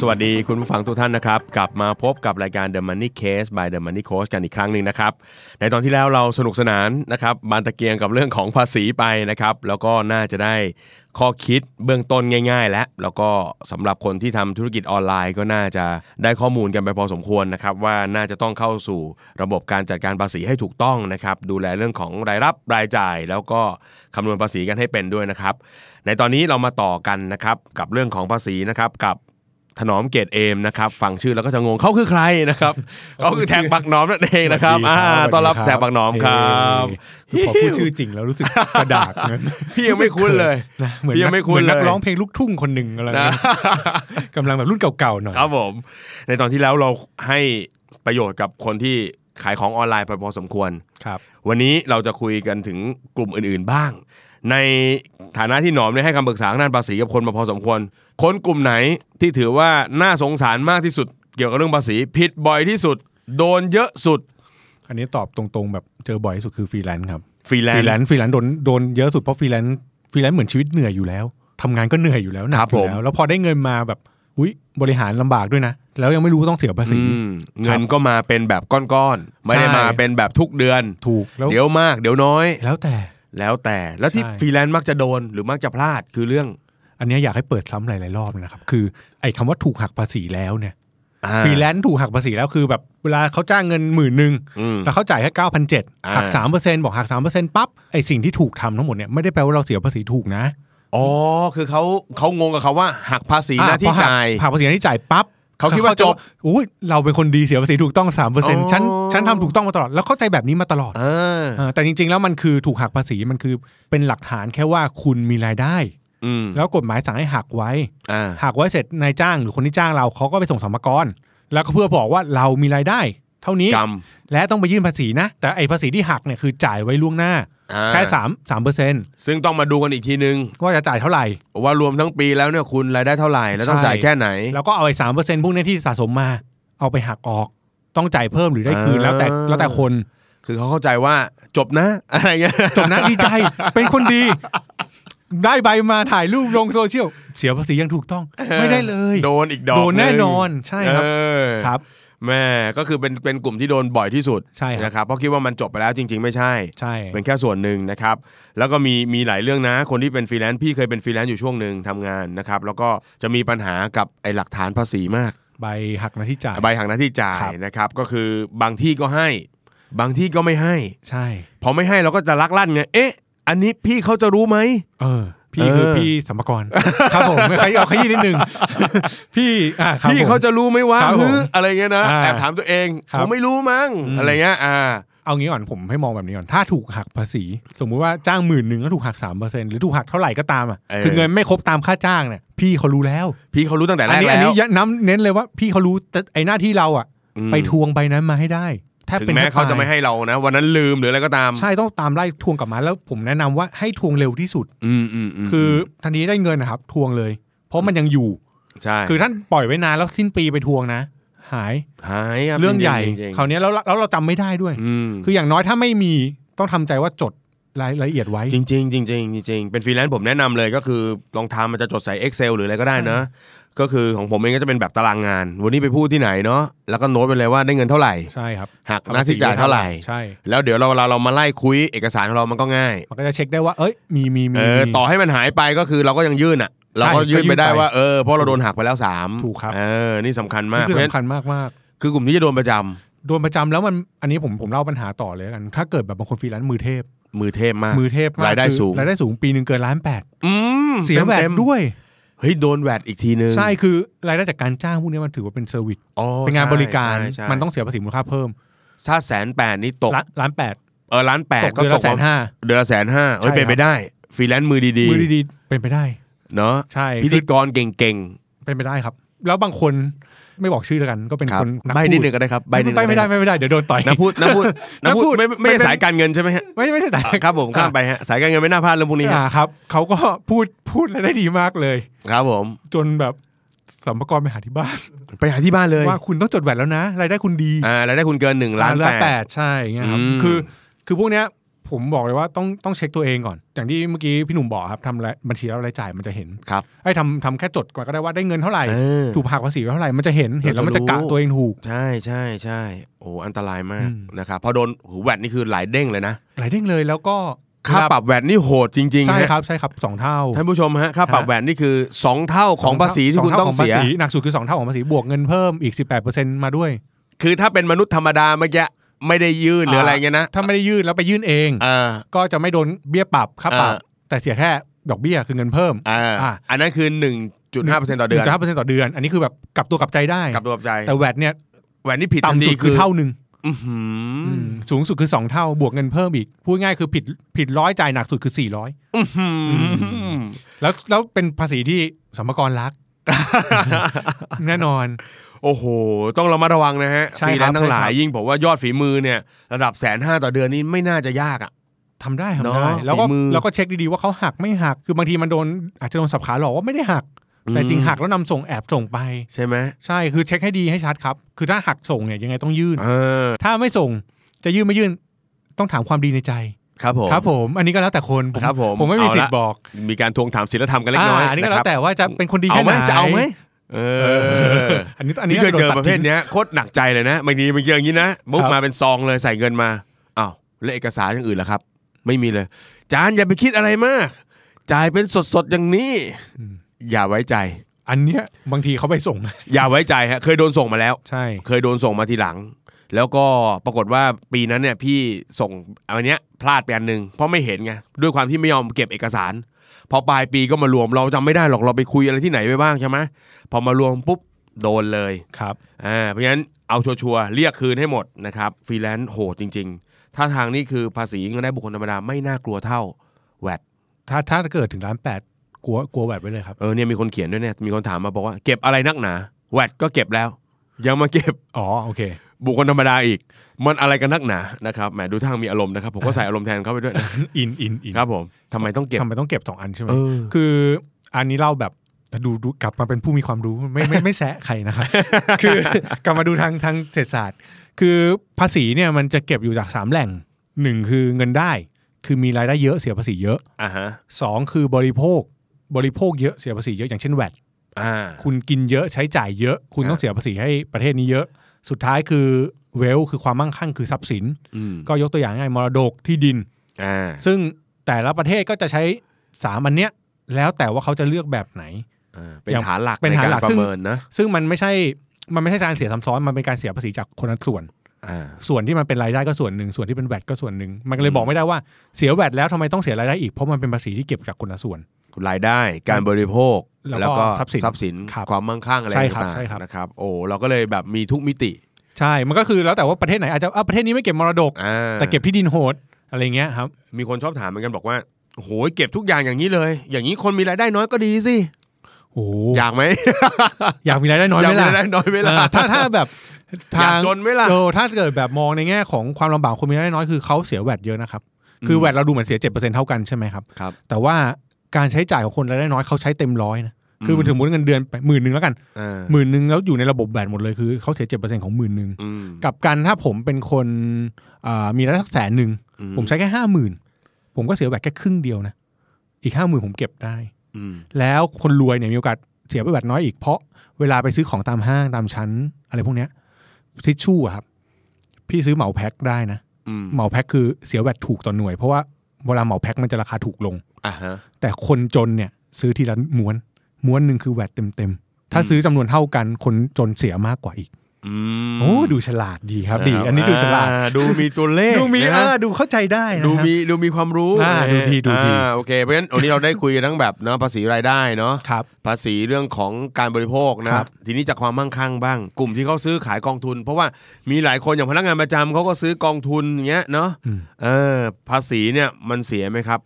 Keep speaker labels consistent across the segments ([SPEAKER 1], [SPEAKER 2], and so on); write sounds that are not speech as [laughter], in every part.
[SPEAKER 1] สวัสดีคุณผู้ฟังทุกท่านนะครับ กลับมาพบกับรายการ The Money Case by The Money Coach กันอีกครั้งหนึ่งนะครับ ในตอนที่แล้วเราสนุกสนานนะครับบานตะเกียงกับเรื่องของภาษีไปนะครับ แล้วก็น่าจะได้ข้อคิดเบื้องต้นง่าย ๆ แล้วแล้วก็สำหรับคนที่ทำธุรกิจออนไลน์ก็น่าจะได้ข้อมูลกันไปพอสมควรนะครับ ว่าน่าจะต้องเข้าสู่ระบบการจัดการภาษีให้ถูกต้องนะครับ ดูแลเรื่องของรายรับรายจ่าย แล้วก็คำนวณภาษีกันให้เป็นด้วยนะครับ ในตอนนี้เรามาต่อกันนะครับกับเรื่องของภาษีนะครับกับ ถนอมเกตเอมนะครับฟังชื่อแล้วก็จะงงเขาคือใคร [laughs] นะครับ เขาคือแทกบักหนอมนั่นเองนะครับอ่าต้อนรับแทกบักหนอมครับ
[SPEAKER 2] เฮ้ยคือพอพูดชื่อจริงแล้วรู้สึกกระดากเงิน
[SPEAKER 1] [laughs] พี่ยังไม่คุ้นเลย
[SPEAKER 2] นะเหมือน
[SPEAKER 1] พี่ยังไม่คุ้น
[SPEAKER 2] เหอนัก
[SPEAKER 1] เลย
[SPEAKER 2] ร้องเพลงลูกทุ่งคนหนึ่งอะไร
[SPEAKER 1] นะ
[SPEAKER 2] เงี้ย [laughs] กำลังแบบรุ่นเก่าๆหน่อย
[SPEAKER 1] ครับผม ในตอนที่แล้วเราให้ประโยชน์กับคนที่ขายของออนไลน์ไปพอสมควร
[SPEAKER 2] ครับ
[SPEAKER 1] วันนี้เราจะคุยกันถึงกลุ่มอื่นๆบ้าง ในฐานะที่หนอมเนี่ยให้คำปรึกษาทางด้านภาษีกับคนมาพอสมควร คนกลุ่มไหนที่ถือว่าน่าสงสารมากที่สุด เกี่ยวกับเรื่องภาษีผิดบ่อยที่สุด โดนเยอะสุด
[SPEAKER 2] อันนี้ตอบตรงๆแบบเจอบ่อยที่สุดคือฟรีแลนซ์ครับ
[SPEAKER 1] ฟรีแล
[SPEAKER 2] ฟรีแล
[SPEAKER 1] น
[SPEAKER 2] น
[SPEAKER 1] ซ์
[SPEAKER 2] ซ์ฟรีแลนซ์โดนโดนเยอะสุดเพราะฟรีแลนซ์ฟรีแลนซ์เหมือนชีวิตเหนื่อยอยู่แล้วทำงานก็เหนื่อยอยู่แล้วหนั
[SPEAKER 1] ครั
[SPEAKER 2] ก
[SPEAKER 1] บ
[SPEAKER 2] อยู่
[SPEAKER 1] ผม
[SPEAKER 2] แล้ว แล้วพอได้เงินมาแบบอุ้ยบริหารลำบากด้วยนะ แล้วยังไม่รู้ว่าต้องเสียภาษี
[SPEAKER 1] อืมเงินก็มาเป็นแบบก้อนๆ ไม่ได้
[SPEAKER 2] ใช่
[SPEAKER 1] มาเป็นแบบทุกเดือน
[SPEAKER 2] ถูกแล้ว
[SPEAKER 1] เดี๋ยวมากเดี๋ยวน้อย
[SPEAKER 2] แล้วแต่
[SPEAKER 1] แล้วแต่แล้วที่
[SPEAKER 2] ใช่
[SPEAKER 1] ฟรีแลนซ์มักจะโดนหรือมักจะพลาดคือเรื่อง
[SPEAKER 2] อันเนี้ยอยากให้เปิดซ้ำหลายๆรอบนะครับคือไอ้คำว่าถูกหักภาษีแล้วเนี่ย
[SPEAKER 1] อ่า
[SPEAKER 2] ฟรีแลนซ์ถูกหักภาษีแล้วคือแบบเวลาเขาจ้างเงินหมื่นหนึ่ง
[SPEAKER 1] อืม
[SPEAKER 2] แล้วเขาจ่ายแค่เก้าพันเจ็ด
[SPEAKER 1] อ่า
[SPEAKER 2] หักสามเปอร์เซ็นต์บอกหักสามเปอร์เซ็นต์ปั๊บไอสิ่งที่ถูกทำทั้งหมดเนี่ยไม่ได้แปลว่าเราเสียภาษีถูกนะ
[SPEAKER 1] อ๋อคือเขาเขางงกับเขาว่าหักภาษีหน้าที่
[SPEAKER 2] อ่ะพอหัก
[SPEAKER 1] จ่าย
[SPEAKER 2] หักภาษีหน้าที่จ่ายปั๊บ
[SPEAKER 1] เขาคิดว่าจบ
[SPEAKER 2] อุ้ยเราเป็นคนดีเสียภาษีถูกต้องสามเปอร์เซ็นต์ฉัน
[SPEAKER 1] อ๋อ
[SPEAKER 2] ฉันทำถูกต้องมาตลอดแล้วเข้าใจแบบนี้มาตลอด
[SPEAKER 1] เออ
[SPEAKER 2] เออแต่จริงๆแล้วมันคือถูกหักภาษีมันคือเป็นหลักฐานแค่ว่าคุณมีรายได้
[SPEAKER 1] อืม
[SPEAKER 2] แล้วกฎหมายสั่งให้หักไว้
[SPEAKER 1] อ่า
[SPEAKER 2] หักไว้เสร็จนายจ้างหรือคนที่จ้างเราเขาก็ไปส่งสรรพากรแล้วก็เพื่อบอกว่าเรามีรายได้ เท่านี้
[SPEAKER 1] กรรม
[SPEAKER 2] และต้องไปยื่นภาษีนะ แต่ไอภาษีที่หักเนี่ยคือจ่ายไว้ล่วงหน้า
[SPEAKER 1] อ่า
[SPEAKER 2] แค่สามสามเปอร์เซ็นต์
[SPEAKER 1] ซึ่งต้องมาดูกันอีกทีนึง
[SPEAKER 2] ว่าจะจ่ายเท่าไหร่
[SPEAKER 1] ว่ารวมทั้งปีแล้วเนี่ยคุณรายได้เท่าไหร่แล้วต้อง
[SPEAKER 2] ใช่
[SPEAKER 1] จ่ายแค่ไหน
[SPEAKER 2] แล้วก็เอาไอสามเปอร์เซ็นต์พวกเนี้ยที่สะสมมา เอาไปหักออก ต้องจ่ายเพิ่มหรือได้คืน
[SPEAKER 1] อ่า
[SPEAKER 2] แล้วแต่แล้วแต่คน
[SPEAKER 1] คือเขาเข้าใจว่าจบนะอะไรเงี้ย
[SPEAKER 2] จบนะดีใจ เป็นคนดี ได้ใบมาถ่ายรูปลงโซเชียลเสียภาษีอยังถูกต้อง ไม่ได้เลย
[SPEAKER 1] โดนอีกดอก
[SPEAKER 2] โดนแน่
[SPEAKER 1] หง
[SPEAKER 2] นอนใช่ครับ
[SPEAKER 1] เออ
[SPEAKER 2] ครับ
[SPEAKER 1] แม่ก็คือเป็นเป็นกลุ่มที่โดนบ่อยที่สุด
[SPEAKER 2] ใช่ครับ
[SPEAKER 1] นะครับเพราะคิดว่ามันจบไปแล้วจริง ๆ ไม่ใช่
[SPEAKER 2] ใช่
[SPEAKER 1] เป็นแค่ส่วนหนึ่งนะครับ แล้วก็มีมีหลายเรื่องนะ คนที่เป็นฟรีแลนซ์พี่เคยเป็นฟรีแลนซ์อยู่ช่วงหนึ่งทำงานนะครับ แล้วก็จะมีปัญหากับไอ้หลักฐานภาษีมาก
[SPEAKER 2] ใบหักหนาที่จ่าย
[SPEAKER 1] ใบหักหน้าที่จ่า
[SPEAKER 2] ครั
[SPEAKER 1] ย
[SPEAKER 2] บ
[SPEAKER 1] นะครับ ก็คือบางที่ก็ให้ บางที่ก็ไม่ให้
[SPEAKER 2] ใช่
[SPEAKER 1] พอไม่ให้เราก็จะลักลั่นไงเอ๊ะ อันนี้พี่เขาจะรู้ไหม
[SPEAKER 2] เออ พี่คือ
[SPEAKER 1] เออ
[SPEAKER 2] พี่สัมภาก
[SPEAKER 1] [laughs]
[SPEAKER 2] รครับผมใครเอาขยี้นิดนึง พี่อ่ะครับ
[SPEAKER 1] พี่
[SPEAKER 2] ผม
[SPEAKER 1] เขาจะรู้ไหมว่า
[SPEAKER 2] ครับผม
[SPEAKER 1] อะไรเงี้ยนะ
[SPEAKER 2] อ่า
[SPEAKER 1] แอบถามตัวเอง
[SPEAKER 2] ครับ
[SPEAKER 1] เขาไม่รู้มั้งอะไรเงี้ยอ่า
[SPEAKER 2] เอางี้ก่อนผมให้มองแบบนี้ก่อน ถ้าถูกหักภาษี สมมุติว่าจ้างหมื่นหนึ่งก็ถูกหักสามเปอร์เซ็นหรือถูกหักเท่าไหร่ก็ตามอ่ะ
[SPEAKER 1] เออ
[SPEAKER 2] คือเงินไม่ครบตามค่าจ้างเนี่ยพี่เขารู้แล้ว
[SPEAKER 1] พี่เขารู้ตั้งแต่แร
[SPEAKER 2] อั
[SPEAKER 1] ก
[SPEAKER 2] นี้
[SPEAKER 1] แล้
[SPEAKER 2] อั
[SPEAKER 1] ว
[SPEAKER 2] นี้ย้ำเน้นเลยว่าพี่เขารู้แต่ไอหน้าที่เราอ่ะ
[SPEAKER 1] อืม
[SPEAKER 2] ไปทวงใบนั้นมาให้ได้แทบ
[SPEAKER 1] ถึ
[SPEAKER 2] เป็น
[SPEAKER 1] งแม้
[SPEAKER 2] แทบตย
[SPEAKER 1] เขาจะไม่ให้เรานะ วันนั้นลืมหรืออะไรก็ตาม
[SPEAKER 2] ใช่ต้องตามไล่ทวงกลับมาแล้วผมแนะนำว่าให้ทวงเร็วที่สุด
[SPEAKER 1] อืมอืมม
[SPEAKER 2] คือทันทีได้เงินนะครับ ทวงเลย เพราะมันยังอยู่
[SPEAKER 1] ใช่
[SPEAKER 2] คือท่านปล่อยไว้นานแล้วสิ้นปีไปทวงนะ หาย
[SPEAKER 1] หายคบ
[SPEAKER 2] เรื่องใหญ่
[SPEAKER 1] จงๆ
[SPEAKER 2] คราวเนี้ยแล้วแล้วเราจำไม่ได้ด้วย
[SPEAKER 1] อืม
[SPEAKER 2] คืออย่างน้อยถ้าไม่มีต้องทำใจว่าจดรายละเอียดไว้
[SPEAKER 1] จริงจริงๆจริงๆจริงๆเป็นฟรีแลนซ์ผมแนะนำเลยก็คือลองทำมันจะจดใส่ Excel หรืออะไรก็ได้นะ ก็คือของผมเองก็จะเป็นแบบตารางงาน วันนี้ไปพูดที่ไหนเนาะแล้วก็โน้ตไปเลยว่าได้เงินเท่าไหร่
[SPEAKER 2] ใช่ครับ
[SPEAKER 1] หักหน้าที่จ่ายเท่าไหร่
[SPEAKER 2] ใช่
[SPEAKER 1] แล้วเดี๋ยวเราเวลาเรามาไล่คุยเอกสารของเรามันก็ง่าย
[SPEAKER 2] มันก็จะเช็คได้ว่า เอ้ย มี มี มี
[SPEAKER 1] เออต่อให้มันหายไปก็คือเราก็ยังยื่นอ่ะ เราก็
[SPEAKER 2] ใช่
[SPEAKER 1] ยื่นไปได้
[SPEAKER 2] ก็ยื่นไป
[SPEAKER 1] ว่าเออเพราะเราโดนหักไปแล้วสาม
[SPEAKER 2] ถูกครับ
[SPEAKER 1] เออนี่สำคัญ
[SPEAKER 2] นี่
[SPEAKER 1] มาก
[SPEAKER 2] คือ
[SPEAKER 1] เพราะฉะนั้น
[SPEAKER 2] สำคัญมากมาก
[SPEAKER 1] คือกลุ่มที่จะโดนประจำ
[SPEAKER 2] ๆโดนประจำแล้วมัน อันนี้ผม ผมเล่าปัญหาต่อเลยละกัน ถ้าเกิดแบบบางคนฟรีแลนซ์มือเทพ
[SPEAKER 1] มือเทพมาก
[SPEAKER 2] มือเทพมก
[SPEAKER 1] รายได้
[SPEAKER 2] คือ
[SPEAKER 1] สูง
[SPEAKER 2] รายได้สูงปีหนึ่งเกินล้านแปด
[SPEAKER 1] อืม
[SPEAKER 2] เสียแบ
[SPEAKER 1] ต็
[SPEAKER 2] บ
[SPEAKER 1] มๆ
[SPEAKER 2] ด้วย
[SPEAKER 1] เฮ้ยโดนแวดอีกทีนึง
[SPEAKER 2] ใช่ คือรายได้จากการจ้างพวกนี้มันถือว่าเป็นเซอร์วิส
[SPEAKER 1] อ๋อ
[SPEAKER 2] เป็นงาน
[SPEAKER 1] ใช่
[SPEAKER 2] บริการ
[SPEAKER 1] ใช่ใช่
[SPEAKER 2] มันต้องเสียภาษีมูลค่าเพิ่ม
[SPEAKER 1] ถ้าแสนแปดนี่ตก
[SPEAKER 2] ล้านล้านแปด
[SPEAKER 1] เออล้านแปด
[SPEAKER 2] ตก
[SPEAKER 1] ก็
[SPEAKER 2] เดือน
[SPEAKER 1] ต
[SPEAKER 2] ละ
[SPEAKER 1] ก
[SPEAKER 2] แสนห้า
[SPEAKER 1] เดือนละแสนห้าเฮ้ย
[SPEAKER 2] ใช่
[SPEAKER 1] เป็นไป
[SPEAKER 2] ครับ
[SPEAKER 1] ได้ฟรีแลนซ์มือดี
[SPEAKER 2] มือดีๆ เป็นไปได้
[SPEAKER 1] ๆเนาะ
[SPEAKER 2] ใช่
[SPEAKER 1] พิ
[SPEAKER 2] คื
[SPEAKER 1] ธี
[SPEAKER 2] อก
[SPEAKER 1] รเก่ง
[SPEAKER 2] เป็นไปได้ครับ แล้วบางคน ไม่บอกชื่อแล้วกันก็เป็น
[SPEAKER 3] ครับ
[SPEAKER 2] คนนัก
[SPEAKER 3] ใบ
[SPEAKER 2] พู
[SPEAKER 3] นิดนึงก็ได้ครับใบนิดนึง
[SPEAKER 2] ไปไม่ได้
[SPEAKER 3] ก็
[SPEAKER 2] ไม่ได้เดี๋ยวโดนต่อย
[SPEAKER 1] นักพูดนักพูดนักพูด
[SPEAKER 2] [laughs] นักพูด
[SPEAKER 1] ไม่ไม่
[SPEAKER 2] ไม่เป็น
[SPEAKER 1] สายการเงินใช่ไหมฮะ
[SPEAKER 2] ไม่ไม่ใช่แต่ [laughs]
[SPEAKER 1] ครับผมข้ามไปฮะสายการเงินไม่น่าพลาดเรื่องพวกนี้ฮะ
[SPEAKER 2] อ่าครับเขาก็พูดพูดอะไรได้ดีมากเลย
[SPEAKER 1] ครับผม
[SPEAKER 2] จนแบบสัมภากระไปหาที่บ้าน
[SPEAKER 1] ไปหาที่บ้านเลย
[SPEAKER 2] ว่าคุณต้องจดแวดแล้วนะรายได้คุณดี
[SPEAKER 1] อ่ารายได้คุณเกินหนึ่งล้าน
[SPEAKER 2] ล้าน
[SPEAKER 1] แป
[SPEAKER 2] แป
[SPEAKER 1] ด
[SPEAKER 2] ดใช่เงี้ยครับ
[SPEAKER 1] อืม
[SPEAKER 2] คือคือพวกเนี้ยผมบอกเลยว่าต้องต้องเช็คตัวเองก่อน อย่างที่เมื่อกี้พี่หนุ่มบอกครับทำรายบัญชีรายจ่ายมันจะเห็น
[SPEAKER 1] ครับ
[SPEAKER 2] ไอ้ทำทำแค่จดก่อนก็ได้ว่าได้เงินเท่าไหร่
[SPEAKER 1] เออ
[SPEAKER 2] ถูกหักภาษีไปเท่าไหร่มันจะเห็นเห็นแล้วมันจะกะตัวเองถูก
[SPEAKER 1] ใช่ใช่ใช่โอ้อันตรายมาก
[SPEAKER 2] อืม
[SPEAKER 1] นะครับพอโดนหูแวดนี่คือหลายเด้งเลยนะ
[SPEAKER 2] หลายเด้งเลยแล้วก็
[SPEAKER 1] ค่าปรับแวดนี่โหดจริงๆ
[SPEAKER 2] ใช่
[SPEAKER 1] ฮะ
[SPEAKER 2] ครับใช่ครับสองเท่า
[SPEAKER 1] ท่านผู้ชมฮะค่าปรับ
[SPEAKER 2] ฮะ
[SPEAKER 1] แวดนี่คือสองเท่าของภาษีที่คุณต้องเสีย
[SPEAKER 2] ท่าขภาษีหนักสุดคือสองเท่าของภาษีบวกเงินเพิ่มอีก 18%มาด้วย
[SPEAKER 1] คือถ้าเป็นมนุษย์ธรรมดาเมื่อกี้ไม่ได้ยืดหรืออะไรเงี้ยนะ
[SPEAKER 2] ถ้าไม่ได้ยื่นแล้วไปยื่นเอง
[SPEAKER 1] อ่า
[SPEAKER 2] ก็จะไม่โดนเบี้ยปรับค่าปรับ
[SPEAKER 1] อ่า
[SPEAKER 2] แต่เสียแค่ดอกเบี้ยคือเงินเพิ่ม
[SPEAKER 1] อ่า
[SPEAKER 2] อ่า
[SPEAKER 1] อันนั้นคือหนึ่งจุดห้าเปอร์เซ็นต์ต่อเดือน
[SPEAKER 2] จะห้าเปอร์เซ็นต์ต่อเดือน อันนี้คือแบบกลับตัวกลับใจได้
[SPEAKER 1] กับตัวกับใจ
[SPEAKER 2] แต่แวดเนี่ย
[SPEAKER 1] แหวนนี่ผิดทันที
[SPEAKER 2] ต่ำสุดคือเท่าหนึ่ง
[SPEAKER 1] อื้อหือ
[SPEAKER 2] อืมสูงสุดคือ 2 เท่าบวกเงินเพิ่มอีก พูดง่ายคือผิดผิดร้อยจ่ายหนักสุดคือ
[SPEAKER 1] อื้อหือ
[SPEAKER 2] 400 แล้วแล้วเป็นภาษีที่สัมภากร
[SPEAKER 1] [laughs]
[SPEAKER 2] รัก แน่นอน
[SPEAKER 1] โอ้โห ต้องระมัดระวังนะฮะ
[SPEAKER 2] ใช่
[SPEAKER 1] ฟรีแลนซ์
[SPEAKER 2] ครับ
[SPEAKER 1] ทั้งหลาย
[SPEAKER 2] ใช่ครับ
[SPEAKER 1] ยิ่งผมว่ายอดฝีมือเนี่ยระดับแสนห้าต่อเดือนนี่ไม่น่าจะยากอ่ะ
[SPEAKER 2] ทำได้
[SPEAKER 1] เน
[SPEAKER 2] ทำ
[SPEAKER 1] อะ
[SPEAKER 2] ได้แล้วก็
[SPEAKER 1] ฝีมือ
[SPEAKER 2] แล้วก็เช็คดีๆว่าเขาหักไม่หัก คือบางทีมันโดนอาจจะโดนสับขาหลอกว่าไม่ได้หัก แต่
[SPEAKER 1] อืม
[SPEAKER 2] จริงหักแล้วนำส่งแอบส่งไป
[SPEAKER 1] ใช่ไหม
[SPEAKER 2] ใช่คือเช็คให้ดีให้ชัดครับ คือถ้าหักส่งเนี่ยยังไงต้องยื่น
[SPEAKER 1] เออ
[SPEAKER 2] ถ้าไม่ส่งจะยื่นไม่ยื่นต้องถามความดีในใจ
[SPEAKER 1] ครับผม
[SPEAKER 2] ครับผม อันนี้ก็แล้วแต่คนผม
[SPEAKER 1] ครับผม
[SPEAKER 2] ผมไม่มี
[SPEAKER 1] เอาละ
[SPEAKER 2] สิทธิ์บอก
[SPEAKER 1] มีการทวงถามศีลธรรมกันเล็กน้อย
[SPEAKER 2] าอันนี้ก็
[SPEAKER 1] ะ
[SPEAKER 2] แล้ว
[SPEAKER 1] ครับ
[SPEAKER 2] แต่ว่าจะเป็นคนดี
[SPEAKER 1] เอา
[SPEAKER 2] แค่
[SPEAKER 1] ไห
[SPEAKER 2] ไห
[SPEAKER 1] ม
[SPEAKER 2] น
[SPEAKER 1] จะเอาไหมเออ
[SPEAKER 2] อันนี้อันนี้
[SPEAKER 1] นี่เคยเจอ
[SPEAKER 2] โดนตัด
[SPEAKER 1] ประเภท
[SPEAKER 2] ทิ้ง
[SPEAKER 1] เนี้ยโคตรหนักใจเลยนะบางทีบางทีอย่างนี้นะมุก
[SPEAKER 2] ครับ
[SPEAKER 1] มาเป็นซองเลยใส่เงินมาอ้าวแล้วเอกสารอย่างอื่นล่ะครับ ไม่มีเลย จานอย่าไปคิดอะไรมาก จ่ายเป็นสดๆอย่างนี้ อย่าไว้ใจ
[SPEAKER 2] อันเนี้ยบางทีเขาไปส่ง [laughs]
[SPEAKER 1] อย่าไว้ใจฮะเคยโดนส่งมาแล้ว
[SPEAKER 2] ใช่
[SPEAKER 1] เคยโดนส่งมาทีหลัง แล้วก็ปรากฏว่าปีนั้นเนี่ยพี่ส่งอันเนี้ยพลาดไปอันหนึ่งเพราะไม่เห็นไงด้วยความที่ไม่ยอมเก็บเอกสาร พอปลายปีก็มารวมเราจำไม่ได้หรอกเราไปคุยอะไรที่ไหนไปบ้างใช่ไหมพอมารวมปุ๊บโดนเลย
[SPEAKER 2] ครับ
[SPEAKER 1] อ่าเพราะฉะนั้นเอาชัวร์ๆเรียกคืนให้หมดนะครับฟรีแลนซ์โหดจริง ๆ ถ้าทางนี้คือภาษีเงินได้บุคคลธรรมดาไม่น่ากลัวเท่าแวด
[SPEAKER 2] ถ้าถ้าเกิดถึงร้านแปดกลัวกลัวแหวดไว้เลยครับ
[SPEAKER 1] เออเนี่ยมีคนเขียนด้วยเนี่ยมีคนถามมาบอกว่าเก็บอะไรนักหนาแวดก็เก็บแล้ว ยังมาเก็บ
[SPEAKER 2] อ๋อโอเค [laughs]
[SPEAKER 1] บุคคลธรรมดาอีก มันอะไรกันนักหนานะครับแหมดูทางมีอารมณ์นะครับ ผมก็ใส่อารมณ์แทนเข้าไปด้วยนะ
[SPEAKER 2] อินอินอิน
[SPEAKER 1] ครับผมทำไมต้องเก็บ
[SPEAKER 2] ทำไมต้องเก็บสองอันใช่ไหม
[SPEAKER 1] เออ
[SPEAKER 2] คืออันนี้เล่าแบบดูดูกลับมาเป็นผู้มีความรู้ไม่ไม่ไม่แซะใครนะครับ
[SPEAKER 1] [laughs]
[SPEAKER 2] คือกลับมาดูทางทางเศรษฐศาสตร์ คือภาษีเนี่ยมันจะเก็บอยู่จากสามแหล่งหนึ่งคือเงินได้ คือมีรายได้เยอะเสียภาษีเยอะ
[SPEAKER 1] อ่าฮะ
[SPEAKER 2] สองคือบริโภคบริโภคเยอะเสียภาษีเยอะอย่างเช่นแวด
[SPEAKER 1] อ่า
[SPEAKER 2] คุณกินเยอะใช้จ่ายเยอะ คุณ
[SPEAKER 1] ครับ
[SPEAKER 2] ต้องเสียภาษีให้ประเทศนี้เยอะ สุดท้ายคือเวลคือความมั่งคั่งคือทรัพย์สิน
[SPEAKER 1] อืม
[SPEAKER 2] ก็ยกตัวอย่างง่ายมรดกที่ดิน
[SPEAKER 1] อ่า
[SPEAKER 2] ซึ่งแต่ละประเทศก็จะใช้สามอันเนี้ยแล้วแต่ว่าเขาจะเลือกแบบไหน
[SPEAKER 1] อ่าเป็น
[SPEAKER 2] อย่าง
[SPEAKER 1] ฐานหลัก
[SPEAKER 2] เป็น
[SPEAKER 1] ใน
[SPEAKER 2] ฐาน
[SPEAKER 1] การ
[SPEAKER 2] หลัก
[SPEAKER 1] ประ
[SPEAKER 2] ซึ่ง
[SPEAKER 1] เมินนะ
[SPEAKER 2] ซึ่งมันไม่ใช่มันไม่ใช่การเสียซ้ำซ้อนมันเป็นการเสียภาษีจากคนละส่วน
[SPEAKER 1] อ่า
[SPEAKER 2] ส่วนที่มันเป็นรายได้ก็ส่วนหนึ่งส่วนที่เป็นแวดก็ส่วนหนึ่งมันก็เลยบอกไม่ได้ว่าเสียแวดแล้วทำไมต้องเสียรายได้อีกเพราะมันเป็นภาษีที่เก็บจากคนละส่วน
[SPEAKER 1] รายได้การบริโภค
[SPEAKER 2] แล้วก็
[SPEAKER 1] แล้วก็
[SPEAKER 2] ทรัพย์สินครับ
[SPEAKER 1] ความมั่งคั่งอะไร
[SPEAKER 2] ใช่ครับ
[SPEAKER 1] ต่าง
[SPEAKER 2] ใช่ครับ
[SPEAKER 1] ๆนะครับโอ้เราก็เลยแบบมีทุกมิติ
[SPEAKER 2] ใช่ มันก็คือแล้วแต่ว่าประเทศไหนอาจจะอ่ะประเทศนี้ไม่เก็บมรดก
[SPEAKER 1] อ่า
[SPEAKER 2] แต่เก็บที่ดินโหดอะไรเงี้ยครับ
[SPEAKER 1] มีคนชอบถามเหมือนกันบอกว่าโหยเก็บทุกอย่างอย่างนี้เลย อย่างนี้คนมีรายได้น้อยก็ดีสิ
[SPEAKER 2] โอ้โห
[SPEAKER 1] อยากไหม
[SPEAKER 2] อยากมีรายได้น้อย
[SPEAKER 1] อยาก
[SPEAKER 2] ไหม
[SPEAKER 1] มี
[SPEAKER 2] ล่ะ
[SPEAKER 1] รายได้น้อยไหมล่ะ
[SPEAKER 2] เออถ้าถ้าแบบ
[SPEAKER 1] อยา
[SPEAKER 2] ทาก ง
[SPEAKER 1] จนไหมล่ะ
[SPEAKER 2] เออถ้าเกิดแบบมองในแง่ของความลำบากคนมีรายได้น้อยคือเขาเสียแวดเยอะนะครับ คือแวดเราดูเหมือนเสียเจ็ดเปอร์เซ็นเท่ากันใช่ไหมครับ
[SPEAKER 1] ครับ
[SPEAKER 2] แต่ว่าการใช้จ่ายของคนรายได้น้อยเขาใช้เต็มร้อยนะ คือ
[SPEAKER 1] ม
[SPEAKER 2] ถึงมุดเงินเดือนไปหมื่นหนึ่งแล้วกัน
[SPEAKER 1] อ่า
[SPEAKER 2] หมื่นหนึ่งแล้วอยู่ในระบบแวดหมดเลยคือเขาเสียเจ็ดเปอร์เซ็นของหมื่นหนึ่ง
[SPEAKER 1] อืม
[SPEAKER 2] กับการถ้าผมเป็นคนอ่ามีรายได้สักแสนหนึ่ง
[SPEAKER 1] อื
[SPEAKER 2] ผมใช้แค่ห้าหมื่นผมก็เสียแวดแค่ครึ่งเดียวนะอีกห้าหมื่นผมเก็บได้
[SPEAKER 1] อืม
[SPEAKER 2] แล้วคนรวยเนี่ยมีโอกาสเสียไปแบบน้อยอีกเพราะเวลาไปซื้อของตามห้างตามชั้น อะไรพวกเนี้ยทิชชู่อะครับ พี่ซื้อเหมาแพ็คได้นะ
[SPEAKER 1] อืม
[SPEAKER 2] เหมาแพ็คคือเสียแวดถูกต่อหน่วย เพราะว่าเวลาเหมาแพ็คมันจะราคาถูกลง
[SPEAKER 1] อ่าฮะ
[SPEAKER 2] แต่คนจนเนี่ยซื้อทีละม้วน ม้วนหนึ่งคือแวดเต็มๆ ถ้าซื้อจำนวนเท่ากันคนจนเสียมากกว่าอีก
[SPEAKER 1] อืม
[SPEAKER 2] โอ้ดูฉลาดดีครับ ดี อันนี้ดูฉลาด
[SPEAKER 1] อ่ดูมีตัวเลข
[SPEAKER 2] ดูมี
[SPEAKER 1] นะ
[SPEAKER 2] อ่าดูเข้าใจได้นะ
[SPEAKER 1] ดู
[SPEAKER 2] ครับ
[SPEAKER 1] มีดูมีความรู้
[SPEAKER 2] อ่าดูดีดูดี
[SPEAKER 1] อ่าโอเคเพราะฉะนั้นวันนี้เราได้คุยกันทั้งแบบเนาะภาษีรายได้เนาะ
[SPEAKER 2] ครับ
[SPEAKER 1] ภาษีเรื่องของการบริโภคนะ
[SPEAKER 2] ค
[SPEAKER 1] ค
[SPEAKER 2] รั
[SPEAKER 1] รับบ ทีนี้จากความมั่งคั่งบ้าง กลุ่มที่เขาซื้อขายกองทุน เพราะว่ามีหลายคนอย่างพนักงานประจำเขาก็ซื้อกองทุนอย่างเงี้ยเนาะ
[SPEAKER 2] อืม
[SPEAKER 1] เออ ภาษีเนี่ยมันเสียไหมครับ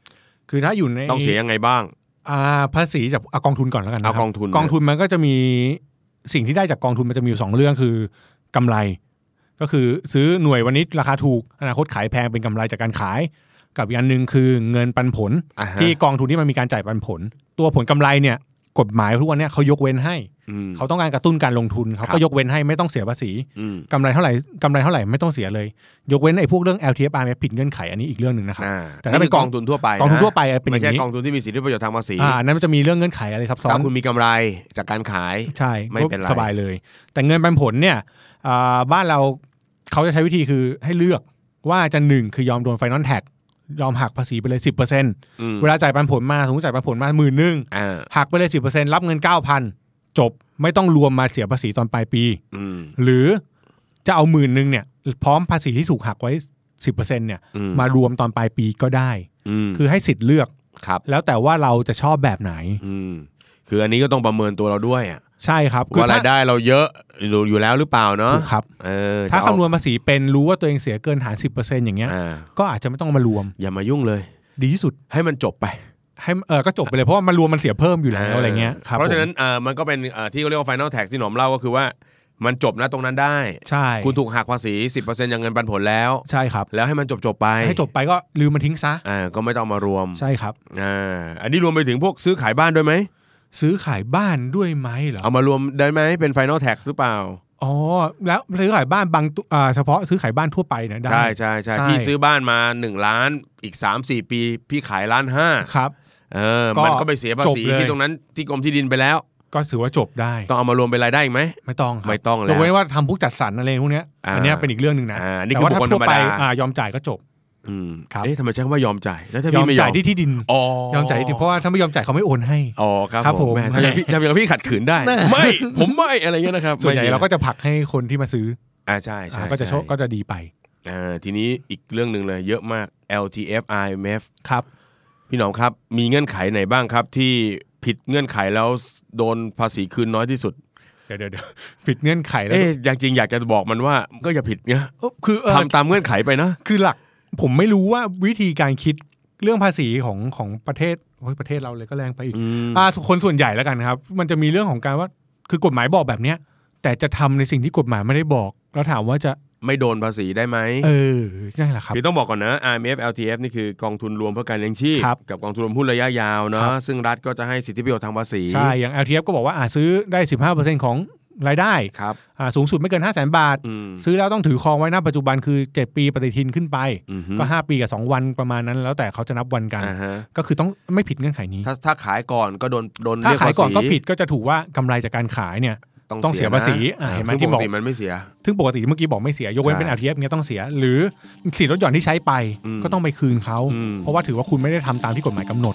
[SPEAKER 2] คือถ้าอยู่ใน
[SPEAKER 1] ต้องเสียยังไงบ้าง
[SPEAKER 2] อ่าภาษีจากอ่ะกองทุนก่อนแล้วกันนะครับ
[SPEAKER 1] เอากองทุน
[SPEAKER 2] กองทุนมันก็จะมี สิ่งที่ได้จากกองทุนมันจะมีอยู่สองเรื่องคือกำไร ก็คือซื้อหน่วยวันนี้ราคาถูกอนาคตขายแพงเป็นกำไรจากการขาย กับอีกอันหนึ่งคือเงินปันผล
[SPEAKER 1] อ่าฮะ
[SPEAKER 2] ที่กองทุนที่มันมีการจ่ายปันผล ตัวผลกำไรเนี่ยกฎหมายทุกวันเนี่ยเขายกเว้นให้
[SPEAKER 1] อืม
[SPEAKER 2] เขาต้องการกระตุ้นการลงทุนเขา
[SPEAKER 1] ครั
[SPEAKER 2] ก็
[SPEAKER 1] บ
[SPEAKER 2] ยกเว้นให้ไม่ต้องเสียภาษี
[SPEAKER 1] อืม
[SPEAKER 2] กำไรเท่าไหร่กำไรเท่าไหร่ไม่ต้องเสียเลย ยกเว้นไอ้พวกเรื่อง LTFR เนี่ยผิดเงื่อนไขอันนี้อีกเรื่องหนึ่งนะครับ
[SPEAKER 1] อ่า
[SPEAKER 2] แต่ถ้าเป็
[SPEAKER 1] คื
[SPEAKER 2] น
[SPEAKER 1] อกองทุนทั่วไป
[SPEAKER 2] กองทุนะ ทั่วไปเป็นอ
[SPEAKER 1] ไม่
[SPEAKER 2] ย่า
[SPEAKER 1] ใช่
[SPEAKER 2] งนี้
[SPEAKER 1] กองทุนที่มีสิทธิประโยชน์ทางภาษี
[SPEAKER 2] อ่าอันนั้นมันจะมีเรื่องเงื่อนไขอะไรซับซ้อ
[SPEAKER 1] ถ้าน คุณมีกำไรจากการขาย
[SPEAKER 2] ใช่
[SPEAKER 1] ไม่เป็นไร
[SPEAKER 2] สบายเลย แต่เงินปันผลเนี่ยอ่าบ้านเราเขาจะใช้วิธีคือให้เลือกว่าจะหนึ่งคือยอมโดนไฟนอลแท็กยอมหักภาษีไปเลย 10%เ
[SPEAKER 1] อืม
[SPEAKER 2] วลาจ่ายปันผลมาสมมติจ่ายปันผลมาหมื่นนึง
[SPEAKER 1] อ่า
[SPEAKER 2] หักไปเลย 10%รับเงิน 9,000 จบไม่ต้องรวมมาเสียภาษีตอนปลายปี
[SPEAKER 1] อืม
[SPEAKER 2] หรือจะเอาหมื่นนึงเนี่ยพร้อมภาษีที่ถูกหักไว้ 10%เนี่ย
[SPEAKER 1] อืม
[SPEAKER 2] มารวมตอนปลายปีก็ได้
[SPEAKER 1] อืม
[SPEAKER 2] คือให้สิทธิ์เลือก
[SPEAKER 1] ครับ
[SPEAKER 2] แล้วแต่ว่าเราจะชอบแบบไหน
[SPEAKER 1] อืมคืออันนี้ก็ต้องประเมินตัวเราด้วยอะ
[SPEAKER 2] ใช่ครับคื
[SPEAKER 1] ว่า
[SPEAKER 2] ถ้
[SPEAKER 1] รายได้เราเยอะอยู่อยู่แล้วหรือเปล่าเนาะ
[SPEAKER 2] ถูกครับ
[SPEAKER 1] เออ
[SPEAKER 2] ถ้า
[SPEAKER 1] จะเอ
[SPEAKER 2] คำนวณภาษีเป็นรู้ว่าตัวเองเสียเกินฐาน 10%อย่างเงี้ย
[SPEAKER 1] อ่า
[SPEAKER 2] ก็อาจจะไม่ต้องมารวม
[SPEAKER 1] อย่ามายุ่งเลย
[SPEAKER 2] ดีที่สุด
[SPEAKER 1] ให้มันจบไป
[SPEAKER 2] ให้เออก็จบไปเลยเพราะว่ามารวมมันเสียเพิ่มอยู่แล้วอะไรเงี้ยครับ
[SPEAKER 1] เพราะฉะนั้นเอ่อมันก็เป็นเอ่อที่เขาเรียกว่า final tax ที่หนอมเล่าก็คือว่ามันจบนะตรงนั้นได้
[SPEAKER 2] ใช่
[SPEAKER 1] คุณถูกหักภาษี 10%ยังเงินปันผลแล้ว
[SPEAKER 2] ใช่ครับ
[SPEAKER 1] แล้วให้มันจบจบๆไป
[SPEAKER 2] ให้จบไปก็ลืมมันทิ้งซะ
[SPEAKER 1] อ่าก็ไม่ต้องมารวม
[SPEAKER 2] ใช่ครับ
[SPEAKER 1] อ่าอันนี้รวมไปถึงพวกซื้อขายบ้านด้วยไหม
[SPEAKER 2] ซื้อขายบ้านด้วยไหมเหรอ
[SPEAKER 1] เอามารวมได้ไหมเป็น final tax หรือเปล่า
[SPEAKER 2] อ๋อแล้วซื้อขายบ้านบางตัวอ่าเฉพาะซื้อขายบ้านทั่วไปนะได้
[SPEAKER 1] ใช่ใช่ใช่
[SPEAKER 2] ใช่
[SPEAKER 1] พี่ซื้อบ้านมา 1 ล้านอีก 3-4 ปี พี่ขายล้านห้า
[SPEAKER 2] ครับ
[SPEAKER 1] เออ
[SPEAKER 2] ก็
[SPEAKER 1] มันก็ไปเสียภาษี
[SPEAKER 2] จบเลย
[SPEAKER 1] ที่ตรงนั้นที่กรมที่ดินไปแล้ว
[SPEAKER 2] ก็ถือว่าจบได้
[SPEAKER 1] ต้องเอามารวมเป็นรายได้อีกไหม
[SPEAKER 2] ไม่ต้องครับ
[SPEAKER 1] ไม่ต้องแล้ว
[SPEAKER 2] ยกเว้นว่าทำพวกจัดสรรอะไรพวกเนี้ย
[SPEAKER 1] อ่า
[SPEAKER 2] อันเนี้ยเป็นอีกเรื่องหนึ่งนะ
[SPEAKER 1] อ่านี่
[SPEAKER 2] แต่
[SPEAKER 1] คือ
[SPEAKER 2] ว่าถ้าทั่วไป
[SPEAKER 1] บุคคลธรรมดา
[SPEAKER 2] อ่ายอมจ่ายก็จบ
[SPEAKER 1] อืม
[SPEAKER 2] ครับ
[SPEAKER 1] เอ๊ะทำไมใช้คำว่ายอมจ่ายแล้วถ้าย
[SPEAKER 2] อ
[SPEAKER 1] พี่
[SPEAKER 2] ม
[SPEAKER 1] ไม่ยอ
[SPEAKER 2] จ่าย
[SPEAKER 1] ม
[SPEAKER 2] ที่ที่ดิน
[SPEAKER 1] อ๋อย
[SPEAKER 2] อมจ่ายที่ดินเพราะว่าถ้าไม่ยอมจ่ายเขาไม่โอนให้
[SPEAKER 1] อ๋อค
[SPEAKER 2] ครั
[SPEAKER 1] รับบ ผม
[SPEAKER 2] ผม
[SPEAKER 1] แม่ทำอย่างพี่ทำอย่างพี่ขัดขืนได้ ไม่ ผมไม่อะไรเงี้ยนะครับ
[SPEAKER 2] ส่วนใหญ่
[SPEAKER 1] ไม่มี
[SPEAKER 2] เราก็จะผลักให้คนที่มาซื้อ
[SPEAKER 1] อ่าใช่ใช่
[SPEAKER 2] อ่าก็จะโช
[SPEAKER 1] ใช่
[SPEAKER 2] คก็จะดีไป
[SPEAKER 1] อ่าทีนี้อีกเรื่องหนึ่งเลย เยอะมาก LTF IMF
[SPEAKER 2] ครับ
[SPEAKER 1] พี่หนอมครับ มีเงื่อนไขไหนบ้างครับ ที่ผิดเงื่อนไขแล้วโดนภาษีคืนน้อยที่สุด
[SPEAKER 2] เดี๋ยวเดี๋ยวเดี๋ยวผิดเงื่อนไขแล้ว
[SPEAKER 1] เอ๊ะอยากจริงอยากจะบอกมันว่าก็อย่าผิดเนี่ย
[SPEAKER 2] เอ้อคือเออ
[SPEAKER 1] ทำตามเงื่อนไขไปนะ
[SPEAKER 2] คือหลัก ผมไม่รู้ว่าวิธีการคิดเรื่องภาษีของของประเทศโอ้ยประเทศเราเลยก็แรงไปอีก
[SPEAKER 1] อืม
[SPEAKER 2] อ่าคนส่วนใหญ่แล้วกันครับ มันจะมีเรื่องของการว่าคือกฎหมายบอกแบบเนี้ย แต่จะทำในสิ่งที่กฎหมายไม่ได้บอก แล้วถามว่าจะ
[SPEAKER 1] ไม่โดนภาษีได้ไหม
[SPEAKER 2] เออนั่นแหละครับ
[SPEAKER 1] คือต้องบอกก่อนนะ IMF LTF นี่คือกองทุนรวมเพื่อการเลี้ยงชีพ
[SPEAKER 2] ครับ
[SPEAKER 1] กับกองทุนรวมหุ้นระยะยาวเนาะ
[SPEAKER 2] ครับ
[SPEAKER 1] ซึ่งรัฐก็จะให้สิทธิประโยชน์ทางภาษี
[SPEAKER 2] ใช่อย่าง LTF ก็บอกว่าอ่าซื้อได้ 15%ของรายได้
[SPEAKER 1] ครับ
[SPEAKER 2] อ่าสูงสุดไม่เกิน 5 0 0 0 0 0 บาท
[SPEAKER 1] อืม
[SPEAKER 2] ซื้อแล้วต้องถือครองไว้หน้าปัจจุบันคือ 7 ปีปฏิทินขึ้นไป
[SPEAKER 1] อือฮึ
[SPEAKER 2] ก็ 5 ปีกับ 2 วันประมาณนั้น แล้วแต่เขาจะนับวันกัน
[SPEAKER 1] อ่าฮะ
[SPEAKER 2] ก็คือต้องไม่ผิดเงื่อนไขนี้
[SPEAKER 1] ถ้าถ้าขายก่อนก็โดนโดนเรี
[SPEAKER 2] ถ้า
[SPEAKER 1] ยก
[SPEAKER 2] ขาย
[SPEAKER 1] ภษี
[SPEAKER 2] ก่อนก็ผิดก็จะถูกว่ากำไรจากการขายเนี่ย ต้องเสียภาษีอ่า
[SPEAKER 1] นะ
[SPEAKER 2] เห็นไหม
[SPEAKER 1] ซึ่ง
[SPEAKER 2] ที่
[SPEAKER 1] ป
[SPEAKER 2] บ
[SPEAKER 1] ก
[SPEAKER 2] อก
[SPEAKER 1] ติมันไม่เสีย
[SPEAKER 2] ซึ่งปกติเมื่อกี้บอกไม่เสีย ยกเว้นเป็น
[SPEAKER 1] ใช่
[SPEAKER 2] LTF เนี่ยต้องเสีย หรือสิทธิ์ลดหย่อนที่ใช้ไป
[SPEAKER 1] อืม
[SPEAKER 2] ก็ต้องไปคืนเขา
[SPEAKER 1] อืม
[SPEAKER 2] เพราะว่าถือว่าคุณไม่ได้ทำตามที่กฎหมายกำหนด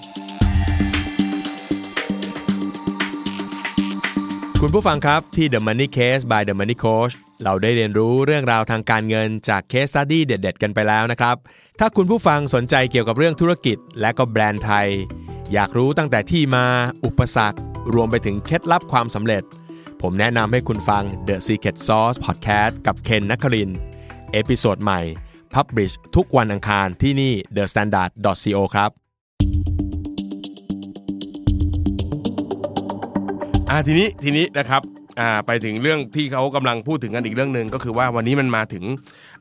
[SPEAKER 1] คุณผู้ฟังครับที่ The Money Case by The Money Coach เราได้เรียนรู้เรื่องราวทางการเงินจาก Case Study เด็ด ๆ กันไปแล้วนะครับ ถ้าคุณผู้ฟังสนใจเกี่ยวกับเรื่องธุรกิจและก็แบรนด์ไทย อยากรู้ตั้งแต่ที่มาอุปสรรค รวมไปถึงเคล็ดลับความสำเร็จ ผมแนะนำให้คุณฟัง The Secret Sauce Podcast กับเคนนักครินทร์เอพิโซดใหม่ Publish ทุกวันอังคารที่นี่ The Standard co ครับ อ่าทีนี้ทีนี้นะครับอ่าไปถึงเรื่องที่เขากำลังพูดถึงกันอีกเรื่องหนึ่งก็คือว่าวันนี้มันมาถึง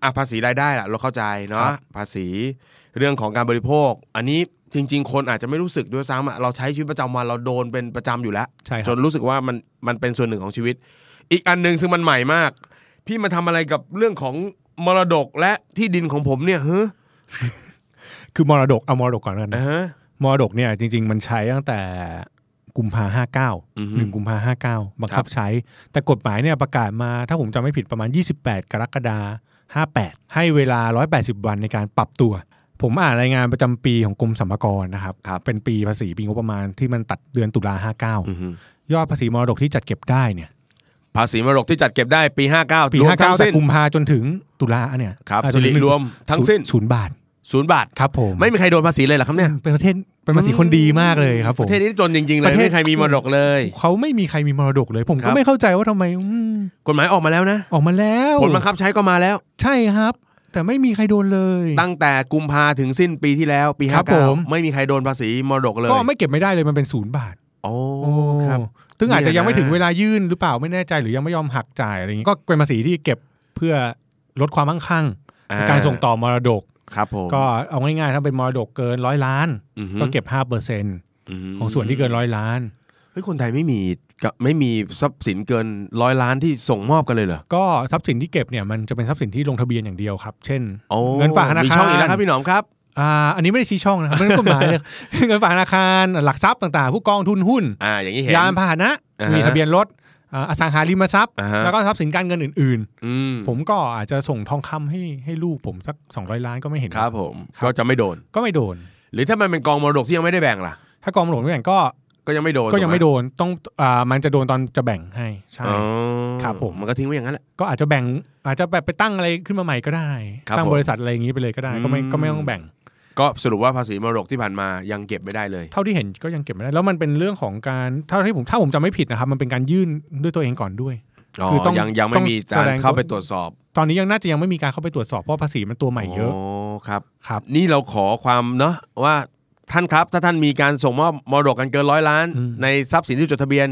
[SPEAKER 1] อ่ะภาษีรายได้ล่ะเราเข้าใจ
[SPEAKER 2] ครั
[SPEAKER 1] เนาะ
[SPEAKER 2] บ
[SPEAKER 1] ภาษีเรื่องของการบริโภค อันนี้จริง ๆ คนอาจจะไม่รู้สึกด้วยซ้ำอ่ะเราใช้ชีวิตประจำวันเราโดนเป็นประจำอยู่แล้ว
[SPEAKER 2] ใช่ค
[SPEAKER 1] จ
[SPEAKER 2] รับ
[SPEAKER 1] นรู้สึกว่ามันมันเป็นส่วนหนึ่งของชีวิต อีกอันหนึ่งซึ่งมันใหม่มาก พี่มาทำอะไรกับเรื่องของมรดกและที่ดินของผมเนี่ยเฮ้อ
[SPEAKER 2] คือมรดกเอามรดกก่อนแล้วกันนะ
[SPEAKER 1] อ่าฮะ
[SPEAKER 2] มรดกเนี่ยจริง ๆ มันใช้ตั้งแต่กุมภาห้าเก้า
[SPEAKER 1] อือฮึ
[SPEAKER 2] หนึ่งกุมภาห้าเก้าบังคับใช้ แต่กฎหมายเนี่ยประกาศมาถ้าผมจำไม่ผิดประมาณ 28 กรกฎาห้าแปดให้เวลา 180 วันในการปรับตัว ผมอ่านรายงานประจำปีของกรมสรรพากรนะครับ
[SPEAKER 1] ครับ
[SPEAKER 2] เป็นปีภาษีปีงบประมาณที่มันตัดเดือนตุลาห้าเก้า
[SPEAKER 1] อือฮึ
[SPEAKER 2] ยอดภาษีมรดกที่จัดเก็บได้เนี่ย
[SPEAKER 1] ภาษีมรดกที่จัดเก็บได้ปี 59
[SPEAKER 2] ปี
[SPEAKER 1] รวม
[SPEAKER 2] ห้า
[SPEAKER 1] ทั้
[SPEAKER 2] เก้าง แต่
[SPEAKER 1] สิ้น
[SPEAKER 2] กุมภาจนถึงตุลาเนี่ย
[SPEAKER 1] ครับ
[SPEAKER 2] อ่าจ
[SPEAKER 1] สิ
[SPEAKER 2] น
[SPEAKER 1] ริ
[SPEAKER 2] ถึง
[SPEAKER 1] รวมทั้งสิ้น
[SPEAKER 2] ศูนย์บาท
[SPEAKER 1] ศูนย์บาท
[SPEAKER 2] ครับผม
[SPEAKER 1] ไม่มีใครโดนภาษีเลยเหรอครับเนี่ย
[SPEAKER 2] เป็นประเทศเป็นภาษีคนดีมากเลยครับผ
[SPEAKER 1] ป
[SPEAKER 2] ม
[SPEAKER 1] ระเทศนี้จนจริงๆเลย
[SPEAKER 2] ประเทศ
[SPEAKER 1] ไม่มีใครมีมรดกเลย
[SPEAKER 2] เขาไม่มีใครมีมรดกเลย ผม
[SPEAKER 1] ครั
[SPEAKER 2] ก็
[SPEAKER 1] บ
[SPEAKER 2] ไม่เข้าใจว่าทำไมอืม
[SPEAKER 1] กฎหมายออกมาแล้วนะ
[SPEAKER 2] ออกมาแล้ว
[SPEAKER 1] ผลบังคับใช้ก็มาแล้ว
[SPEAKER 2] ใช่ครับ แต่ไม่มีใครโดนเลย
[SPEAKER 1] ตั้งแต่กุมภาถึงสิ้นปีที่แล้วปี
[SPEAKER 2] ครั
[SPEAKER 1] ห้า
[SPEAKER 2] บผ
[SPEAKER 1] เก้าม ไม่มีใครโดนภาษีมรดกเลย
[SPEAKER 2] ก็ไม่เก็บไม่ได้เลยมันเป็นศูนย์บาท
[SPEAKER 1] โอ้
[SPEAKER 2] โอ้
[SPEAKER 1] ครับ
[SPEAKER 2] ซึ่งอาจจะยังไม่
[SPEAKER 1] เนี่ยนะ
[SPEAKER 2] ถึงเวลายื่นหรือเปล่าไม่แน่ใจหรือยังไม่ยอมหักจ่ายอะไรอย่างงี้ก็เป็นภาษีที่เก็บเพื่อลดความมั่งคั่งในการส่งต่อมรดก
[SPEAKER 1] ครับผม
[SPEAKER 2] ก็เอาง่ายๆถ้าเป็นมรดกเกินร้อยล้าน
[SPEAKER 1] อือฮึ
[SPEAKER 2] ก็เก็บห้าเปอร์เซ็น
[SPEAKER 1] ม
[SPEAKER 2] ของส่วนที่เกินร้อยล้าน
[SPEAKER 1] เฮ้ยคนไทยไม่มีกะไม่มีทรัพย์สินเกินร้อยล้านที่ส่งมอบกันเลยเหรอ
[SPEAKER 2] ก็ทรัพย์สินที่เก็บเนี่ยมันจะเป็นทรัพย์สินที่ลงทะเบียนอย่างเดียวครับ เช่น
[SPEAKER 1] โอ้
[SPEAKER 2] เงินฝากธนาคาร
[SPEAKER 1] มีช่องอีกแล้วครับพี่หนอมครับ
[SPEAKER 2] อ่าอันนี้ไม่ได้ชี้ช่องนะครับไม่ได้กฎหมายเลย [laughs] เงินฝากธนาคารหลักทรัพย์ต่างๆ ผู้กองทุนหุ้น
[SPEAKER 1] อ่า อย่างนี้เห็น
[SPEAKER 2] ยานพาหนะ
[SPEAKER 1] อ่าฮะ
[SPEAKER 2] มีทะเบียนรถอ่าอสังหาริมทรัพย์
[SPEAKER 1] อ่าฮะ
[SPEAKER 2] แล้วก็ทรัพย์สินการเงินอื่น
[SPEAKER 1] อืม
[SPEAKER 2] ๆ ผมก็อาจจะส่งทองคำให้ให้ลูกผมสัก 200 ล้านก็ไม่เห็น
[SPEAKER 1] ครับผม ก็จะไม่โดน
[SPEAKER 2] ก็ไม่โดน
[SPEAKER 1] หรือถ้ามันเป็นกองมรดกที่ยังไม่ได้แบ่งล่ะ
[SPEAKER 2] ถ้ากองหลวงไม่แบ่งก็
[SPEAKER 1] ก็ยังไม่โดน
[SPEAKER 2] ก็ยังไม่
[SPEAKER 1] ถู
[SPEAKER 2] โดนต้องอ่ามันจะโดนตอนจะแบ่งให้ใช่
[SPEAKER 1] อ๋อ
[SPEAKER 2] ครับผม
[SPEAKER 1] มันก็ทิ้งไว้อย่างนั้นแหละ
[SPEAKER 2] ก็อาจจะแบ่งอาจจะแบบไปตั้งอะไรขึ้นมาใหม่ก็ได้
[SPEAKER 1] ครับ
[SPEAKER 2] ตั้ง
[SPEAKER 1] ผม
[SPEAKER 2] บริษัทอะไรอย่างนี้ไปเลยก็ได้ก็ไม่
[SPEAKER 1] อืม
[SPEAKER 2] ก็ไม่ต้องแบ่ง
[SPEAKER 1] ก็สรุปว่าภาษีมรดกที่ผ่านมายังเก็บไม่ได้เลย
[SPEAKER 2] เท่าที่เห็นก็ยังเก็บไม่ได้ แล้วมันเป็นเรื่องของการเท่าที่ผมถ้าผมจำไม่ผิดนะครับ มันเป็นการยื่นด้วยตัวเองก่อนด้วย
[SPEAKER 1] อ๋อ
[SPEAKER 2] คือต้อง
[SPEAKER 1] ยังยัง
[SPEAKER 2] ต้
[SPEAKER 1] ไม่
[SPEAKER 2] อง
[SPEAKER 1] มีการ
[SPEAKER 2] แสดง
[SPEAKER 1] เข้าไปตรวจสอบ
[SPEAKER 2] ตอนนี้ยังน่าจะยังไม่มีการเข้าไปตรวจสอบเพราะภาษีมันตัวใหม่เยอะ
[SPEAKER 1] โอ้ครับ
[SPEAKER 2] ครับ
[SPEAKER 1] นี่เราขอความเนาะว่าท่านครับถ้าท่านมีการส่งมอบมรดกกันเกินร้อยล้าน
[SPEAKER 2] อืม
[SPEAKER 1] ในทรัพย์สินที่จดทะเบียน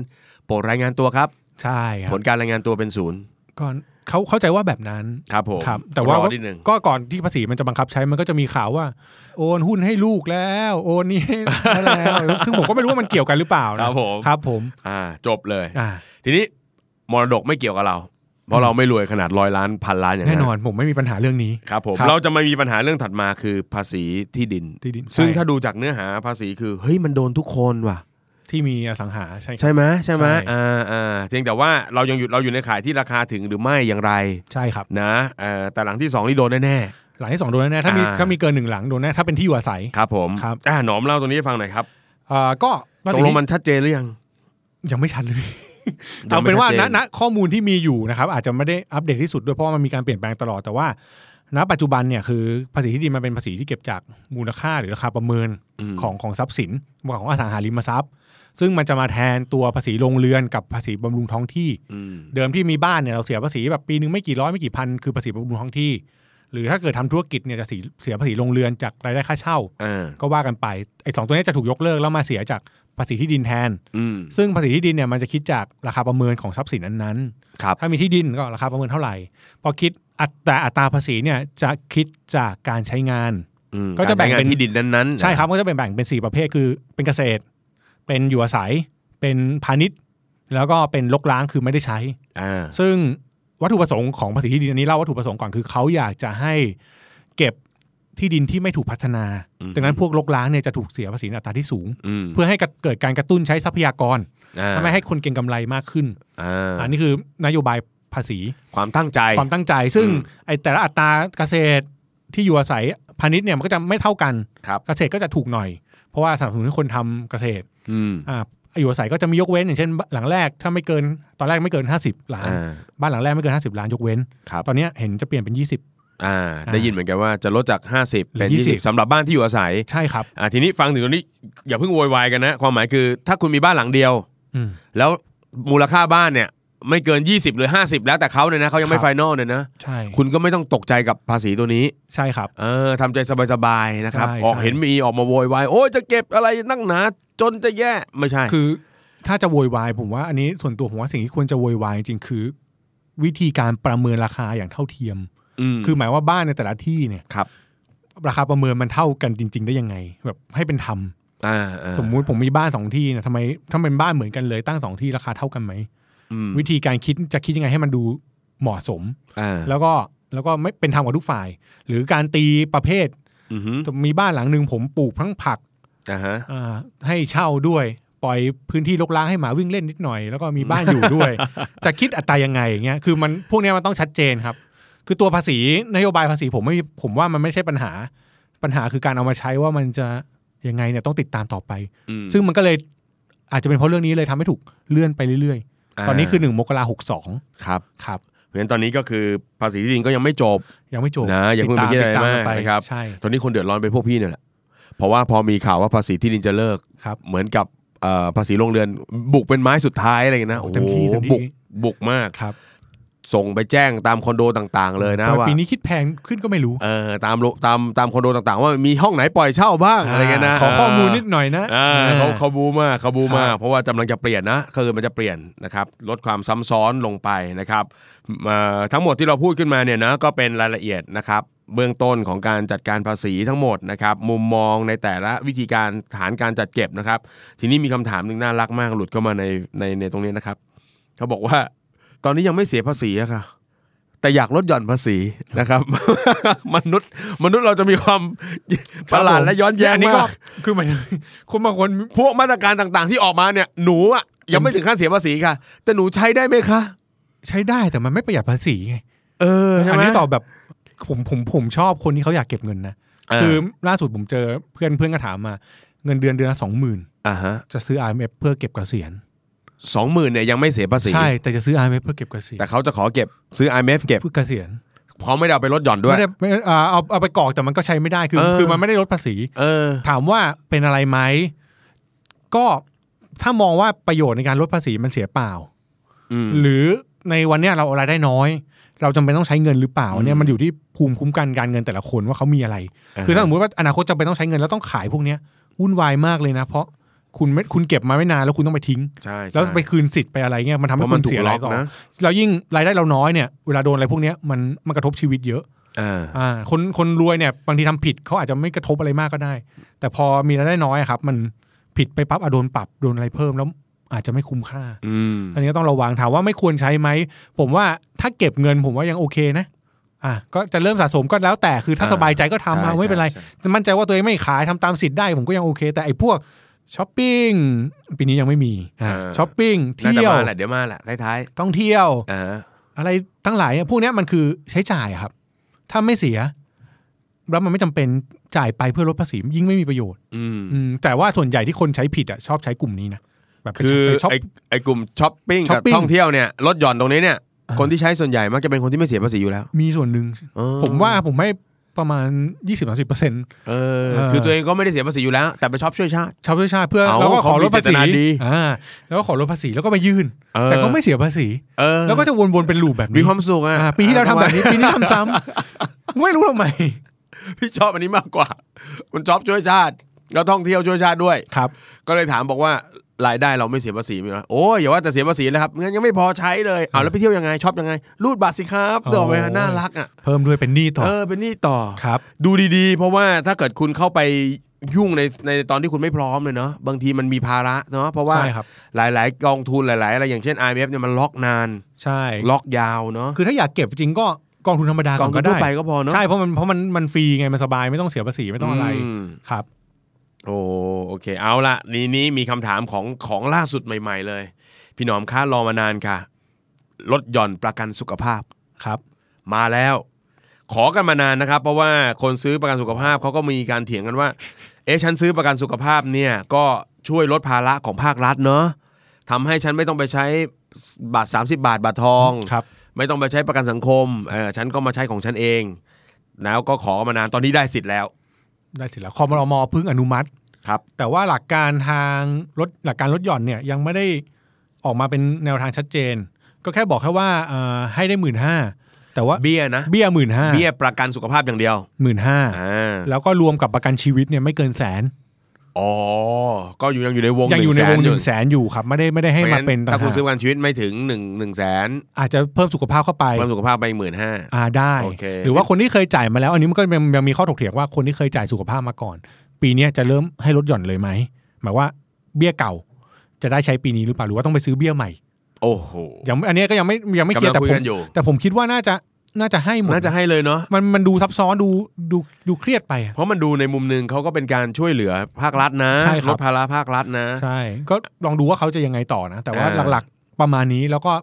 [SPEAKER 1] โปรดรายงานตัวครับ
[SPEAKER 2] ใช่ครับ
[SPEAKER 1] ผลการรายงานตัวเป็นศูนย์
[SPEAKER 2] ก่อนเขาเข้าใจว่าแบบนั้น
[SPEAKER 1] ครับผม
[SPEAKER 2] ครับ แต่ว่าร
[SPEAKER 1] อนิดหนึ่ง
[SPEAKER 2] ก็ก่อนที่ภาษีมันจะบังคับใช้มันก็จะมีข่าวว่า โอนหุ้นให้ลูกแล้ว โอนนี่ให้แล้วซึ่งผมก็ไม่รู้ว่ามันเกี่ยวกันหรือเปล่า
[SPEAKER 1] ค
[SPEAKER 2] นะ
[SPEAKER 1] รับผม
[SPEAKER 2] ครับผม
[SPEAKER 1] อ่าจบเลย
[SPEAKER 2] อ่า
[SPEAKER 1] ทีนี้มรดกไม่เกี่ยวกับเรา เพราะเราไม่รวยขนาดร้อยล้านพันล้านอย่าง
[SPEAKER 2] แน่นอนผมไม่มีปัญหาเรื่องนี้
[SPEAKER 1] ครับผม
[SPEAKER 2] ครับ
[SPEAKER 1] เราจะมามีปัญหาเรื่องถัดมาคือภาษีที่ดิน
[SPEAKER 2] ที่ดิน
[SPEAKER 1] ซึ่ง
[SPEAKER 2] ใช่
[SPEAKER 1] ถ้าดูจากเนื้อหาภาษีคือเฮ้ยมันโดนทุกคนว่ะ
[SPEAKER 2] ที่มีอสังหาใช่ครับ
[SPEAKER 1] ใช่ไหมใช่ไหม
[SPEAKER 2] ใช่
[SPEAKER 1] อ่าอ่าเพียงแต่ว่าเรายังอยู่เราอยู่ในขายที่ราคาถึงหรือไม่อย่างไร
[SPEAKER 2] ใช่ครับ
[SPEAKER 1] นะเอ่อแต่หลังที่สองนี่โดนแน่
[SPEAKER 2] หลังที่สองโดนแน่ถ้ามี
[SPEAKER 1] อ่า
[SPEAKER 2] ถ้ามีเกินหนึ่งหลังโดนแน่ถ้าเป็นที่อยู่อาศัย
[SPEAKER 1] ๆครับผม
[SPEAKER 2] ครับ
[SPEAKER 1] อ่าหนอมเล่าตรงนี้ให้ฟังหน่อยครับ
[SPEAKER 2] อ่าก็ภา
[SPEAKER 1] ต
[SPEAKER 2] ษี
[SPEAKER 1] กลงมันชัดเจนหรือยัง
[SPEAKER 2] ยังไม่ชัดเลย เอาเป็นว่า
[SPEAKER 1] ยัง
[SPEAKER 2] ณ
[SPEAKER 1] ไม่ชัดจ
[SPEAKER 2] ณข้อมูลที่มีอยู่นะครับ อาจจะไม่ได้อัปเดตที่สุดด้วยเพราะว่ามันมีการเปลี่ยนแปลงตลอดแต่ว่า ณ ปัจจุบันเนี่ยคือภาษีที่ดินมันเป็นภาษีที่เก็บจากมูลค่าหรือราคาประเมิน
[SPEAKER 1] ม
[SPEAKER 2] ของของทรัพย์สินของอสังหาริมทรัพย์ ซึ่งมันจะมาแทนตัวภาษีโรงเรือนกับภาษีบำรุงท้องที่
[SPEAKER 1] อืม
[SPEAKER 2] เดิมที่มีบ้านเนี่ยเราเสียภาษีแบบปีหนึ่งไม่กี่ร้อยไม่กี่พันคือภาษีบำรุงท้องที่ หรือถ้าเกิดทำธุรกิจเนี่ยจะเสียเสียภาษีโรงเรือนจากรายได้ค่าเช่า
[SPEAKER 1] อ่า
[SPEAKER 2] ก็ว่ากันไปไอ้สองตัวเนี้ยจะถูกยกเลิกแล้วมาเสียจากภาษีที่ดินแทน
[SPEAKER 1] อืม
[SPEAKER 2] ซึ่งภาษีที่ดินเนี่ยมันจะคิดจากราคาประเมินของทรัพย์สินนั้นๆ
[SPEAKER 1] ครับ
[SPEAKER 2] ถ้ามีที่ดินก็ราคาประเมินเท่าไหร่ พอคิดอัตแต่อัตราภาษีเนี่ยจะคิดจากการใช้งาน
[SPEAKER 1] อืม
[SPEAKER 2] ก็จะแบ่ง
[SPEAKER 1] ารใช้า
[SPEAKER 2] เป็น น
[SPEAKER 1] ที่ดินนั้นๆ
[SPEAKER 2] ใช่ครับก็จะเป็นแบ่งเป็น 4 ประเภทคือเป็นเกษตร เป็นอยู่อาศัย เป็นพาณิชย์ แล้วก็เป็นลกล้างคือไม่ได้ใช้
[SPEAKER 1] อ่า
[SPEAKER 2] ซึ่งวัตถุประสงค์ของภาษีที่ดินอันนี้เล่าวัตถุประสงค์ก่อนคือเขาอยากจะให้เก็บที่ดินที่ไม่ถูกพัฒนา ดังนั้นพวกลกล้างเนี่ยจะถูกเสียภาษีในอัตราที่สูง
[SPEAKER 1] อืม
[SPEAKER 2] เพื่อให้เกิดการกระตุ้นใช้ทรัพยากร
[SPEAKER 1] อ่า
[SPEAKER 2] ทำให้ให้คนเก็งกำไรมากขึ้น
[SPEAKER 1] อ่า
[SPEAKER 2] อันนี้คือนโยบายภาษี
[SPEAKER 1] ความตั้งใจ
[SPEAKER 2] ความตั้งใจ ซึ่ง
[SPEAKER 1] อืม
[SPEAKER 2] ไอ้แต่ละอัตราเกษตรที่อยู่อาศัยพาณิชย์เนี่ยมันก็จะไม่เท่ากัน
[SPEAKER 1] ครับ
[SPEAKER 2] เกษตรก็จะถูกหน่อย เพราะว่าสนับสนุนให้คนทำเกษตร
[SPEAKER 1] อืม
[SPEAKER 2] อ่าอยู่อาศัยก็จะมียกเว้น อย่างเช่น หลังแรกถ้าไม่เกินตอนแรกไม่เกิน 50 ล้าน
[SPEAKER 1] อ่า
[SPEAKER 2] บ้านหลังแรกไม่เกิน 50 ล้านยกเว้น
[SPEAKER 1] ครับ
[SPEAKER 2] ตอนเนี้ยเห็นจะเปลี่ยนเป็น 20
[SPEAKER 1] อ่าได้ยินเหมือนกันว่าจะลดจาก 50 เป็น
[SPEAKER 2] หรือ20
[SPEAKER 1] 20สำหรับบ้านที่อยู่อาศัย
[SPEAKER 2] ใช่ครับ
[SPEAKER 1] อ่าทีนี้ฟังถึงตรงนี้อย่าเพิ่งโวยวายกันนะ ความหมายคือถ้าคุณมีบ้านหลังเดียว
[SPEAKER 2] อืม
[SPEAKER 1] แล้วมูลค่าบ้านเนี่ย ไม่เกิน 20 หรือ 50 แล้วแต่เขาเนี่ยนะเขายังไม่
[SPEAKER 2] ครับ
[SPEAKER 1] ไฟนอลเนี่ยนะ
[SPEAKER 2] ใช่
[SPEAKER 1] คุณก็ไม่ต้องตกใจกับภาษีตัวนี้
[SPEAKER 2] ใช่ครับ
[SPEAKER 1] เออทำใจสบายๆนะครับ
[SPEAKER 2] ใช่
[SPEAKER 1] ออก
[SPEAKER 2] ใช่
[SPEAKER 1] เห็นมีออกมาโวยวายโอ้ยจะเก็บอะไรนั่งหนา จนจะแย่ ไม่ใช่
[SPEAKER 2] คือถ้าจะโวยวายผมว่า อันนี้ส่วนตัวผมว่าสิ่งที่ควรจะโวยวายจริงๆคือ วิธีการประเมินราคาอย่างเท่าเทียม
[SPEAKER 1] ม
[SPEAKER 2] คือหมายว่าบ้านในแต่ละที่เนี่ย
[SPEAKER 1] ครับ
[SPEAKER 2] ราคาประเมินมันเท่ากันจริง ๆ ได้ยังไง แบบให้เป็นธรรม
[SPEAKER 1] อ่าอ่า
[SPEAKER 2] สมมุติผมมีบ้านสองที่นะทำไมถ้าเป็นบ้านเหมือนกันเลยตั้งสองที่ราคาเท่ากันไหม
[SPEAKER 1] อืม
[SPEAKER 2] วิธีการคิดจะคิดยังไงให้มันดูเหมาะสม
[SPEAKER 1] อ่า
[SPEAKER 2] แล้วก็แล้วก็ไม่เป็นธรรมกับทุกฝ่าย หรือการตีประเภท
[SPEAKER 1] อือฮึ
[SPEAKER 2] มีบ้านหลังหนึ่งผมปลูกทั้งผัก
[SPEAKER 1] อ่าฮะ
[SPEAKER 2] อ่าให้เช่าด้วย ปล่อยพื้นที่รกร้างให้หมาวิ่งเล่นนิดหน่อยแล้วก็มีบ้านอยู่
[SPEAKER 1] [laughs]
[SPEAKER 2] ด้วย จะคิดอัตรายังไงอย่างเงี้ยคือมันพวกเนี้ยมันต้องชัดเจนครับ คือตัวภาษีนโยบายภาษีผมไม่ผมว่ามันไม่ใช่ปัญหา ปัญหาคือการเอามาใช้ว่ามันจะยังไงเนี่ยต้องติดตามต่อไป
[SPEAKER 1] อืม
[SPEAKER 2] ซึ่งมันก็เลยอาจจะเป็นเพราะเรื่องนี้เลยทำให้ถูกเลื่อนไปเรื่อย
[SPEAKER 1] า
[SPEAKER 2] ๆ ตอนนี้คือหนึ่งมกราหกสอง
[SPEAKER 1] ครับ
[SPEAKER 2] ครับ
[SPEAKER 1] เพราะฉะนั้นตอนนี้ก็คือภาษีที่ดินก็ยังไม่จบ
[SPEAKER 2] ยังไม่จบ
[SPEAKER 1] นะอย่าเพิ่งไป
[SPEAKER 2] ติดต
[SPEAKER 1] คิดอะไรมาก
[SPEAKER 2] ติดต
[SPEAKER 1] นะครับ
[SPEAKER 2] ใช่
[SPEAKER 1] ตอนนี้คนเดือดร้อนเป็นพวกพี่เนี่ยแหละเพราะว่าพอมีข่าวว่าภาษีที่ดินจะเลิก
[SPEAKER 2] ครับ
[SPEAKER 1] เหมือนกับเอ่อภาษีโรงเรือนบุกเป็นไม้สุดท้ายอะไรอย่างเงี้ยนะ
[SPEAKER 2] โอ้
[SPEAKER 1] โอ้โห
[SPEAKER 2] เต็มที่เต็มที่
[SPEAKER 1] บุกบุกมาก
[SPEAKER 2] ครับ
[SPEAKER 1] ส่งไปแจ้งตามคอนโดต่าง ๆ เลยนะว่า
[SPEAKER 2] ปีนี้คิดแพงขึ้นก็ไม่รู้
[SPEAKER 1] เออตามโลตามตามคอนโดต่างๆ ว่ามีห้องไหนปล่อยเช่าบ้างอะไรเงี้ยนะ
[SPEAKER 2] ขอข้อมูลนิดหน่อยนะ
[SPEAKER 1] อ่าเขาเขาบูมากเขาบูมา
[SPEAKER 2] ค
[SPEAKER 1] ก
[SPEAKER 2] รับ
[SPEAKER 1] เพราะว่ากำลังจะเปลี่ยนนะคือมันจะเปลี่ยนนะครับลดความซ้ำซ้อนลงไปนะครับเอ่อทั้งหมดที่เราพูดขึ้นมาเนี่ยนะก็เป็นรายละเอียดนะครับเบื้องต้นของการจัดการภาษีทั้งหมดนะครับมุมมองในแต่ละวิธีการฐานการจัดเก็บนะครับ ทีนี้มีคำถามหนึ่งน่ารักมากหลุดเข้ามาในในในตรงนี้นะครับเขาบอกว่า ตอนนี้ยังไม่เสียภาษีอะค่ะ แต่อยากลดหย่อนภาษีนะครับ [laughs] มนุษย์มนุษย์เราจะมี [laughs] ความประหลาดและย้อนแย้ง
[SPEAKER 2] อันนี้ก็
[SPEAKER 1] มาก
[SPEAKER 2] คือมันคนบาง [laughs] คน
[SPEAKER 1] พวกมาตรการต่างๆ ที่ออกมาเนี่ยหนูอะยังไม่ถึงขั้นเสียภาษีค่ะ แต่หนูใช้ได้ไหมคะ
[SPEAKER 2] ใช้ได้แต่มันไม่ประหยัดภาษีไง
[SPEAKER 1] เออใช่
[SPEAKER 2] อัน
[SPEAKER 1] ไหม
[SPEAKER 2] นี้ตอบแบบผมผมผมชอบคนที่เขาอยากเก็บเงินนะ คือล่าสุดผมเจอเพื่อนเพื่อนก็ถามมา เงินเดือนเดือนละสองหมื่น
[SPEAKER 1] อ่าฮะ
[SPEAKER 2] จะซื้อ IMF เพื่อเก็บเกษียณ
[SPEAKER 1] สองหมื่นเนี่ยยังไม่เสียภาษี
[SPEAKER 2] ใช่แต่จะซื้อ IMF เพื่อเก็บเกษียณ
[SPEAKER 1] แต่เขาจะขอเก็บซื้อ IMF เก็บ
[SPEAKER 2] เพื่อเกษียณ
[SPEAKER 1] พร้อมไม่ได้เอาไปลดหย่อนด้วย
[SPEAKER 2] ไม่ได้ไม่ได้อ่าเอาเอาไปกรอกแต่มันก็ใช้ไม่ได้คือ
[SPEAKER 1] เออ
[SPEAKER 2] คือมันไม่ได้ลดภาษี
[SPEAKER 1] เออ
[SPEAKER 2] ถามว่าเป็นอะไรไหมก็ถ้ามองว่าประโยชน์ในการลดภาษีมันเสียเปล่า
[SPEAKER 1] อืม
[SPEAKER 2] หรือในวันเนี้ยเราเอารายได้น้อย เราจำเป็นต้องใช้เงินหรือเปล่าอันเนี่ยมันอยู่ที่ภูมิคุ้มกันการเงินแต่ละคนว่าเขามีอะไร คือถ้าสมมติว่าอนาคตจำเป็นต้องใช้เงินแล้วต้องขายพวกเนี้ยวุ่นวายมากเลยนะ เพราะคุณไม่คุณเก็บมาไม่นานแล้วคุณต้องไปทิ้ง
[SPEAKER 1] ใช่ใช่
[SPEAKER 2] แล้วไปคืนสิทธิ์ไปอะไรเงี้ยมันทำ
[SPEAKER 1] เพ
[SPEAKER 2] ให้
[SPEAKER 1] ราะมั
[SPEAKER 2] คุ
[SPEAKER 1] น
[SPEAKER 2] ณ
[SPEAKER 1] ถู
[SPEAKER 2] เสี
[SPEAKER 1] ก
[SPEAKER 2] ย
[SPEAKER 1] ล็
[SPEAKER 2] ราย
[SPEAKER 1] อก
[SPEAKER 2] ก่อน
[SPEAKER 1] นะ
[SPEAKER 2] แล้วยิ่งรายได้เราน้อยเนี่ยเวลาโดนอะไรพวกเนี้ยมันมันกระทบชีวิตเยอะ
[SPEAKER 1] เออ
[SPEAKER 2] อ่าคนคนรวยเนี่ยบางทีทำผิดเขาอาจจะไม่กระทบอะไรมากก็ได้ แต่พอมีรายได้น้อยอะครับ มันผิดไปปั๊บอะโดนปรับโดนอะไรเพิ่มแล้วอาจจะไม่คุ้มค่า
[SPEAKER 1] อืม
[SPEAKER 2] อันนี้ก็ต้องระวังถามว่าไม่ควรใช้ไหม ผมว่าถ้าเก็บเงินผมว่ายังโอเคนะ อ่ะก็จะเริ่มสะสมก็แล้วแต่คือถ้า
[SPEAKER 1] อ่า
[SPEAKER 2] สบายใจก็ทำ
[SPEAKER 1] ใช่
[SPEAKER 2] เอาไม่เป็นไร
[SPEAKER 1] ใช่ใช่
[SPEAKER 2] แต่มั่นใจว่าตัวเองไม่ขายทำตามสิทธิ์ได้ผมก็ยังโอเค แต่ไอ้พวกช้อปปิ้งปีนี้ยังไม่มีอ่ะช้อปปิ้ง
[SPEAKER 1] น่า
[SPEAKER 2] เที่
[SPEAKER 1] จะ
[SPEAKER 2] ยว
[SPEAKER 1] มาแหละเดี๋ยวมาแหละท้าย
[SPEAKER 2] ต้องเที่ยว
[SPEAKER 1] ๆเออ
[SPEAKER 2] อะไรทั้งหลายเนี่ยพวกเนี้ยมันคือใช้จ่ายอะครับ ถ้าไม่เสียแล้วมันไม่จำเป็นจ่ายไปเพื่อลดภาษียิ่งไม่มีประโยชน์
[SPEAKER 1] อืม
[SPEAKER 2] อืมแต่ว่าส่วนใหญ่ที่คนใช้ผิดอ่ะชอบใช้กลุ่มนี้นะแบบไป
[SPEAKER 1] คือ
[SPEAKER 2] ไปช้อป
[SPEAKER 1] ไอ้ไอ้กลุ่มช้อปปิ้ง
[SPEAKER 2] ช้
[SPEAKER 1] กั
[SPEAKER 2] อบ ปปิ้ง
[SPEAKER 1] ท่องเที่ยวเนี่ยลดหย่อนตรงนี้เนี่ย คนที่ใช้ส่วนใหญ่มักจะเป็นคนที่ไม่เสียภาษีอยู่แล้ว
[SPEAKER 2] มีส่วนหนึ่ง
[SPEAKER 1] เออ
[SPEAKER 2] ผมว่าผมให้ประมาณ 20-30%สิบเปอร์เซ็นต์
[SPEAKER 1] เออ
[SPEAKER 2] เออ
[SPEAKER 1] คือตัวเองก็ไม่ได้เสียภาษีอยู่แล้ว แต่ไปช็อปช่วยชาติ
[SPEAKER 2] ชาวเพื่อชาติเพื่อ
[SPEAKER 1] เอา
[SPEAKER 2] แล้วก็ขอลดภา
[SPEAKER 1] เขามี
[SPEAKER 2] ษี
[SPEAKER 1] เจตนาดี
[SPEAKER 2] อ่าแล้วก็ขอลดภาษีแล้วก็ไปยื่น
[SPEAKER 1] เออ
[SPEAKER 2] แต่ก็ไม่เสียภาษี
[SPEAKER 1] เออ
[SPEAKER 2] แล้วก็จะวนๆเป็นลูปแบบ
[SPEAKER 1] มี
[SPEAKER 2] นี้
[SPEAKER 1] ความสุขอ่ะ
[SPEAKER 2] อ่าปีที่แล้วทำแบบนี้ปีนี้ทำซ้
[SPEAKER 1] [laughs]
[SPEAKER 2] ำไม่รู้ทำไม
[SPEAKER 1] พี่ชอบอันนี้มากกว่า มันช็อปช่วยชาติแล้วท่องเที่ยวช่วยชาติด้วย
[SPEAKER 2] ครับ
[SPEAKER 1] ก็เลยถามบอกว่ารายได้เราไม่เสียภาษีมีไหมโอ้ยอย่าว่าแต่เสียภาษีเลยครับงั้นยังไม่พอใช้เลยเอาแล้วไปเที่ยวยังไงช็อปยังไงรูดบัตรสิครับเดี๋ยวไป
[SPEAKER 2] โอ้ย
[SPEAKER 1] น่ารักอ่ะ
[SPEAKER 2] เพิ่มด้วยเป็นหนี้ต่อ
[SPEAKER 1] เออเป็นหนี่ต่อ
[SPEAKER 2] ครับ
[SPEAKER 1] ดูดีๆ เพราะว่าถ้าเกิดคุณเข้าไปยุ่งในในตอนที่คุณไม่พร้อมเลยเนาะบางทีมันมีภาระเนาะเพราะว่า
[SPEAKER 2] ใช่ครับ
[SPEAKER 1] หลายๆกองทุนหลายๆอะไรอย่างเช่น IMF เนี่ยมันล็อกนาน
[SPEAKER 2] ใช่
[SPEAKER 1] ล็อกยาวเนาะ
[SPEAKER 2] คือถ้าอยากเก็บจริงก็กองทุนธรรมดาก
[SPEAKER 1] อง
[SPEAKER 2] อน
[SPEAKER 1] ทุ
[SPEAKER 2] ก็
[SPEAKER 1] นทั่ว
[SPEAKER 2] ได้
[SPEAKER 1] ไปก็พอเนาะ
[SPEAKER 2] ใช่เพราะมันเพราะมันมันฟรีไงมันสบายไม่ต้องเสียภาษีไม่ต้องอะไร
[SPEAKER 1] ม
[SPEAKER 2] ครับ
[SPEAKER 1] โอ้โอเค เอาละนี่นี้มีคำถามของของล่าสุดใหม่ ๆ เลย พี่หนอมค้ารอมานานค่ะลดหย่อนประกันสุขภาพ
[SPEAKER 2] ครับ
[SPEAKER 1] มาแล้ว ขอกันมานานนะครับ เพราะว่าคนซื้อประกันสุขภาพเขาก็มีการเถียงกันว่า เอ๊ะฉันซื้อประกันสุขภาพเนี่ยก็ช่วยลดภาระของภาครัฐเนาะทำให้ฉันไม่ต้องไปใช้บาท 30 บาทบาททอง
[SPEAKER 2] ครับ
[SPEAKER 1] ไม่ต้องไปใช้ประกันสังคมเออฉันก็มาใช้ของฉันเอง แล้วก็ขอกันมานานตอนนี้ได้สิทธิ์แล้ว
[SPEAKER 2] ได้สิแล้วคอมรมเพิ่งอนุมัติ
[SPEAKER 1] ครับ
[SPEAKER 2] แต่ว่าหลักการทางลดหลักการลดหย่อนเนี่ยยังไม่ได้ออกมาเป็นแนวทางชัดเจน ก็แค่บอกแค่ว่าเอ่อให้ได้หมื่นห้าแต่ว่า
[SPEAKER 1] เบี้ยนะ
[SPEAKER 2] เบี้ยหมื่นห้า
[SPEAKER 1] เบี้ยประกันสุขภาพอย่างเดียว
[SPEAKER 2] หมื่นห้า
[SPEAKER 1] อ่า
[SPEAKER 2] แล้วก็รวมกับประกันชีวิตเนี่ยไม่เกินแสน
[SPEAKER 1] อ๋อก็อยู่ยังอยู่ในวง
[SPEAKER 2] ยังอยู่ในวงหนึ่ง
[SPEAKER 1] แส
[SPEAKER 2] แสนอยู่ครับไม่ได้ไม่ได้ให้มาเป็น
[SPEAKER 1] พระงั้
[SPEAKER 2] ต่าง
[SPEAKER 1] ถ้าคุณ
[SPEAKER 2] หาก
[SPEAKER 1] ซื้อประกันชีวิตไม่ถึงหนึ่งหนึ่งแสน
[SPEAKER 2] อาจจะเพิ่มสุขภาพเข้าไป
[SPEAKER 1] ประกันสุขภาพไปหมื่นห้า
[SPEAKER 2] อ่าได้
[SPEAKER 1] โอเค
[SPEAKER 2] หรือว่าคนที่เคยจ่ายมาแล้ว อันนี้มันก็ยังยังมีข้อถกเถียงว่าคนที่เคยจ่ายสุขภาพมาก่อน ปีเนี้ยจะเริ่มให้ลดหย่อนเลยไหมหมายว่าเบี้ยเก่า จะได้ใช้ปีนี้หรือเปล่าหรือว่าต้องไปซื้อเบี้ยใหม่
[SPEAKER 1] โอ้โห
[SPEAKER 2] ยังอันเนี้ยก็ยังไม่ยังไม่เคลียร์
[SPEAKER 1] กำลั
[SPEAKER 2] แต่
[SPEAKER 1] งคุย
[SPEAKER 2] ผม
[SPEAKER 1] กันอยู่
[SPEAKER 2] แต่ผมคิดว่าน่าจะน่าจะให้หมด
[SPEAKER 1] น่าจะให้เลยเนาะ
[SPEAKER 2] มันมันดูซับซ้อนดูดูดูเครียดไปอะ
[SPEAKER 1] เพราะมันดูในมุมหนึ่งเขาก็เป็นการช่วยเหลือภาครัฐนะ
[SPEAKER 2] ใช่ครับ
[SPEAKER 1] ลดภาระภาครัฐนะ
[SPEAKER 2] ใช่ ก็ลองดูว่าเขาจะยังไงต่อนะ แต่ว่า
[SPEAKER 1] อ่า
[SPEAKER 2] หลักๆประมาณนี้แล้วก็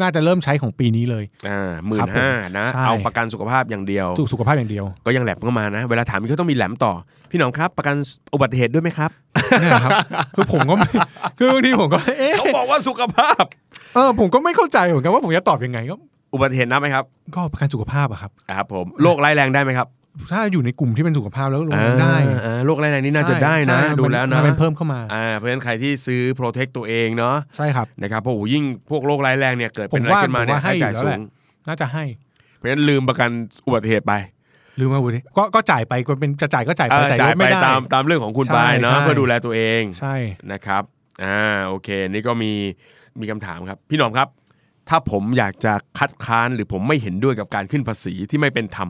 [SPEAKER 2] น่าจะเริ่มใช้ของปีนี้เลย
[SPEAKER 1] อ่าหมื่
[SPEAKER 2] ครั
[SPEAKER 1] น
[SPEAKER 2] บผ
[SPEAKER 1] ห้าม นะ
[SPEAKER 2] ใช่
[SPEAKER 1] เอาประกันสุขภาพอย่างเดียว
[SPEAKER 2] ถูกสุขภาพอย่างเดียว
[SPEAKER 1] ก็ยังแหลมเข้ามานะ เวลาถามเขาต้องมีแหลมต่อ พี่หนอมครับประกันอุบัติเหตุด้วยไหมครับ
[SPEAKER 2] เนี่ยครับ [laughs] คือผมก็ไม่คือบางทีผมก็เอ๊ะ
[SPEAKER 1] เขาบอกว่าสุขภาพ
[SPEAKER 2] เออผมก็ไม่เข้าใจเหมือนกันว่าผมจะตอบยังไงก็
[SPEAKER 1] อุบัติเหตุนับไหมครับ
[SPEAKER 2] ก็ประกันสุขภาพอะครับ
[SPEAKER 1] อ่าครับผมโรคร้ายแรงได้ไหมครับ
[SPEAKER 2] ถ้าอยู่ในกลุ่มที่เป็นสุขภาพแล้วลงได้
[SPEAKER 1] อ่าอ่าโรคร้ายแรงนี่น่าจะได้นะ
[SPEAKER 2] ใช่
[SPEAKER 1] ดูแล้ว
[SPEAKER 2] มั
[SPEAKER 1] นะ
[SPEAKER 2] เป็นเพิ่มเข้ามา
[SPEAKER 1] อ่าเพราะฉะนั้นใครที่ซื้อโปรเทคตัวเองเนาะ
[SPEAKER 2] ใช่ครับ
[SPEAKER 1] นะครับเพราะโอ้โหยิ่งพวกโรคร้ายแรงเนี่ยเกิดเป็นอะไร
[SPEAKER 2] ผมว่า
[SPEAKER 1] ขึ้นมาเนี่ย
[SPEAKER 2] ผมว่าให้
[SPEAKER 1] ค่าใช้จ่าย
[SPEAKER 2] อยู่
[SPEAKER 1] สู
[SPEAKER 2] แล้วแห
[SPEAKER 1] ง
[SPEAKER 2] ละ น่าจะให้
[SPEAKER 1] เพราะฉะนั้นลืมประกันอุบัติเหตุไป
[SPEAKER 2] หรือมาบุญก็ก็จ่ายไปก็เป็นจะจ่ายก็จ่าย
[SPEAKER 1] เอ
[SPEAKER 2] ไป
[SPEAKER 1] อ
[SPEAKER 2] แต่
[SPEAKER 1] จ่าย
[SPEAKER 2] ล
[SPEAKER 1] ไป
[SPEAKER 2] ดไม่ได้
[SPEAKER 1] ตามตามเรื่องของคุณ
[SPEAKER 2] ใช่
[SPEAKER 1] ไปเนาะ
[SPEAKER 2] ใช่
[SPEAKER 1] เพื่อดูแลตัวเอง
[SPEAKER 2] ใช่
[SPEAKER 1] นะครับอ่าโอเค นี่ก็มีมีคำถามครับ พี่หนอมครับ ถ้าผมอยากจะคัดค้านหรือผมไม่เห็นด้วยกับการขึ้นภาษีที่ไม่เป็นธรรม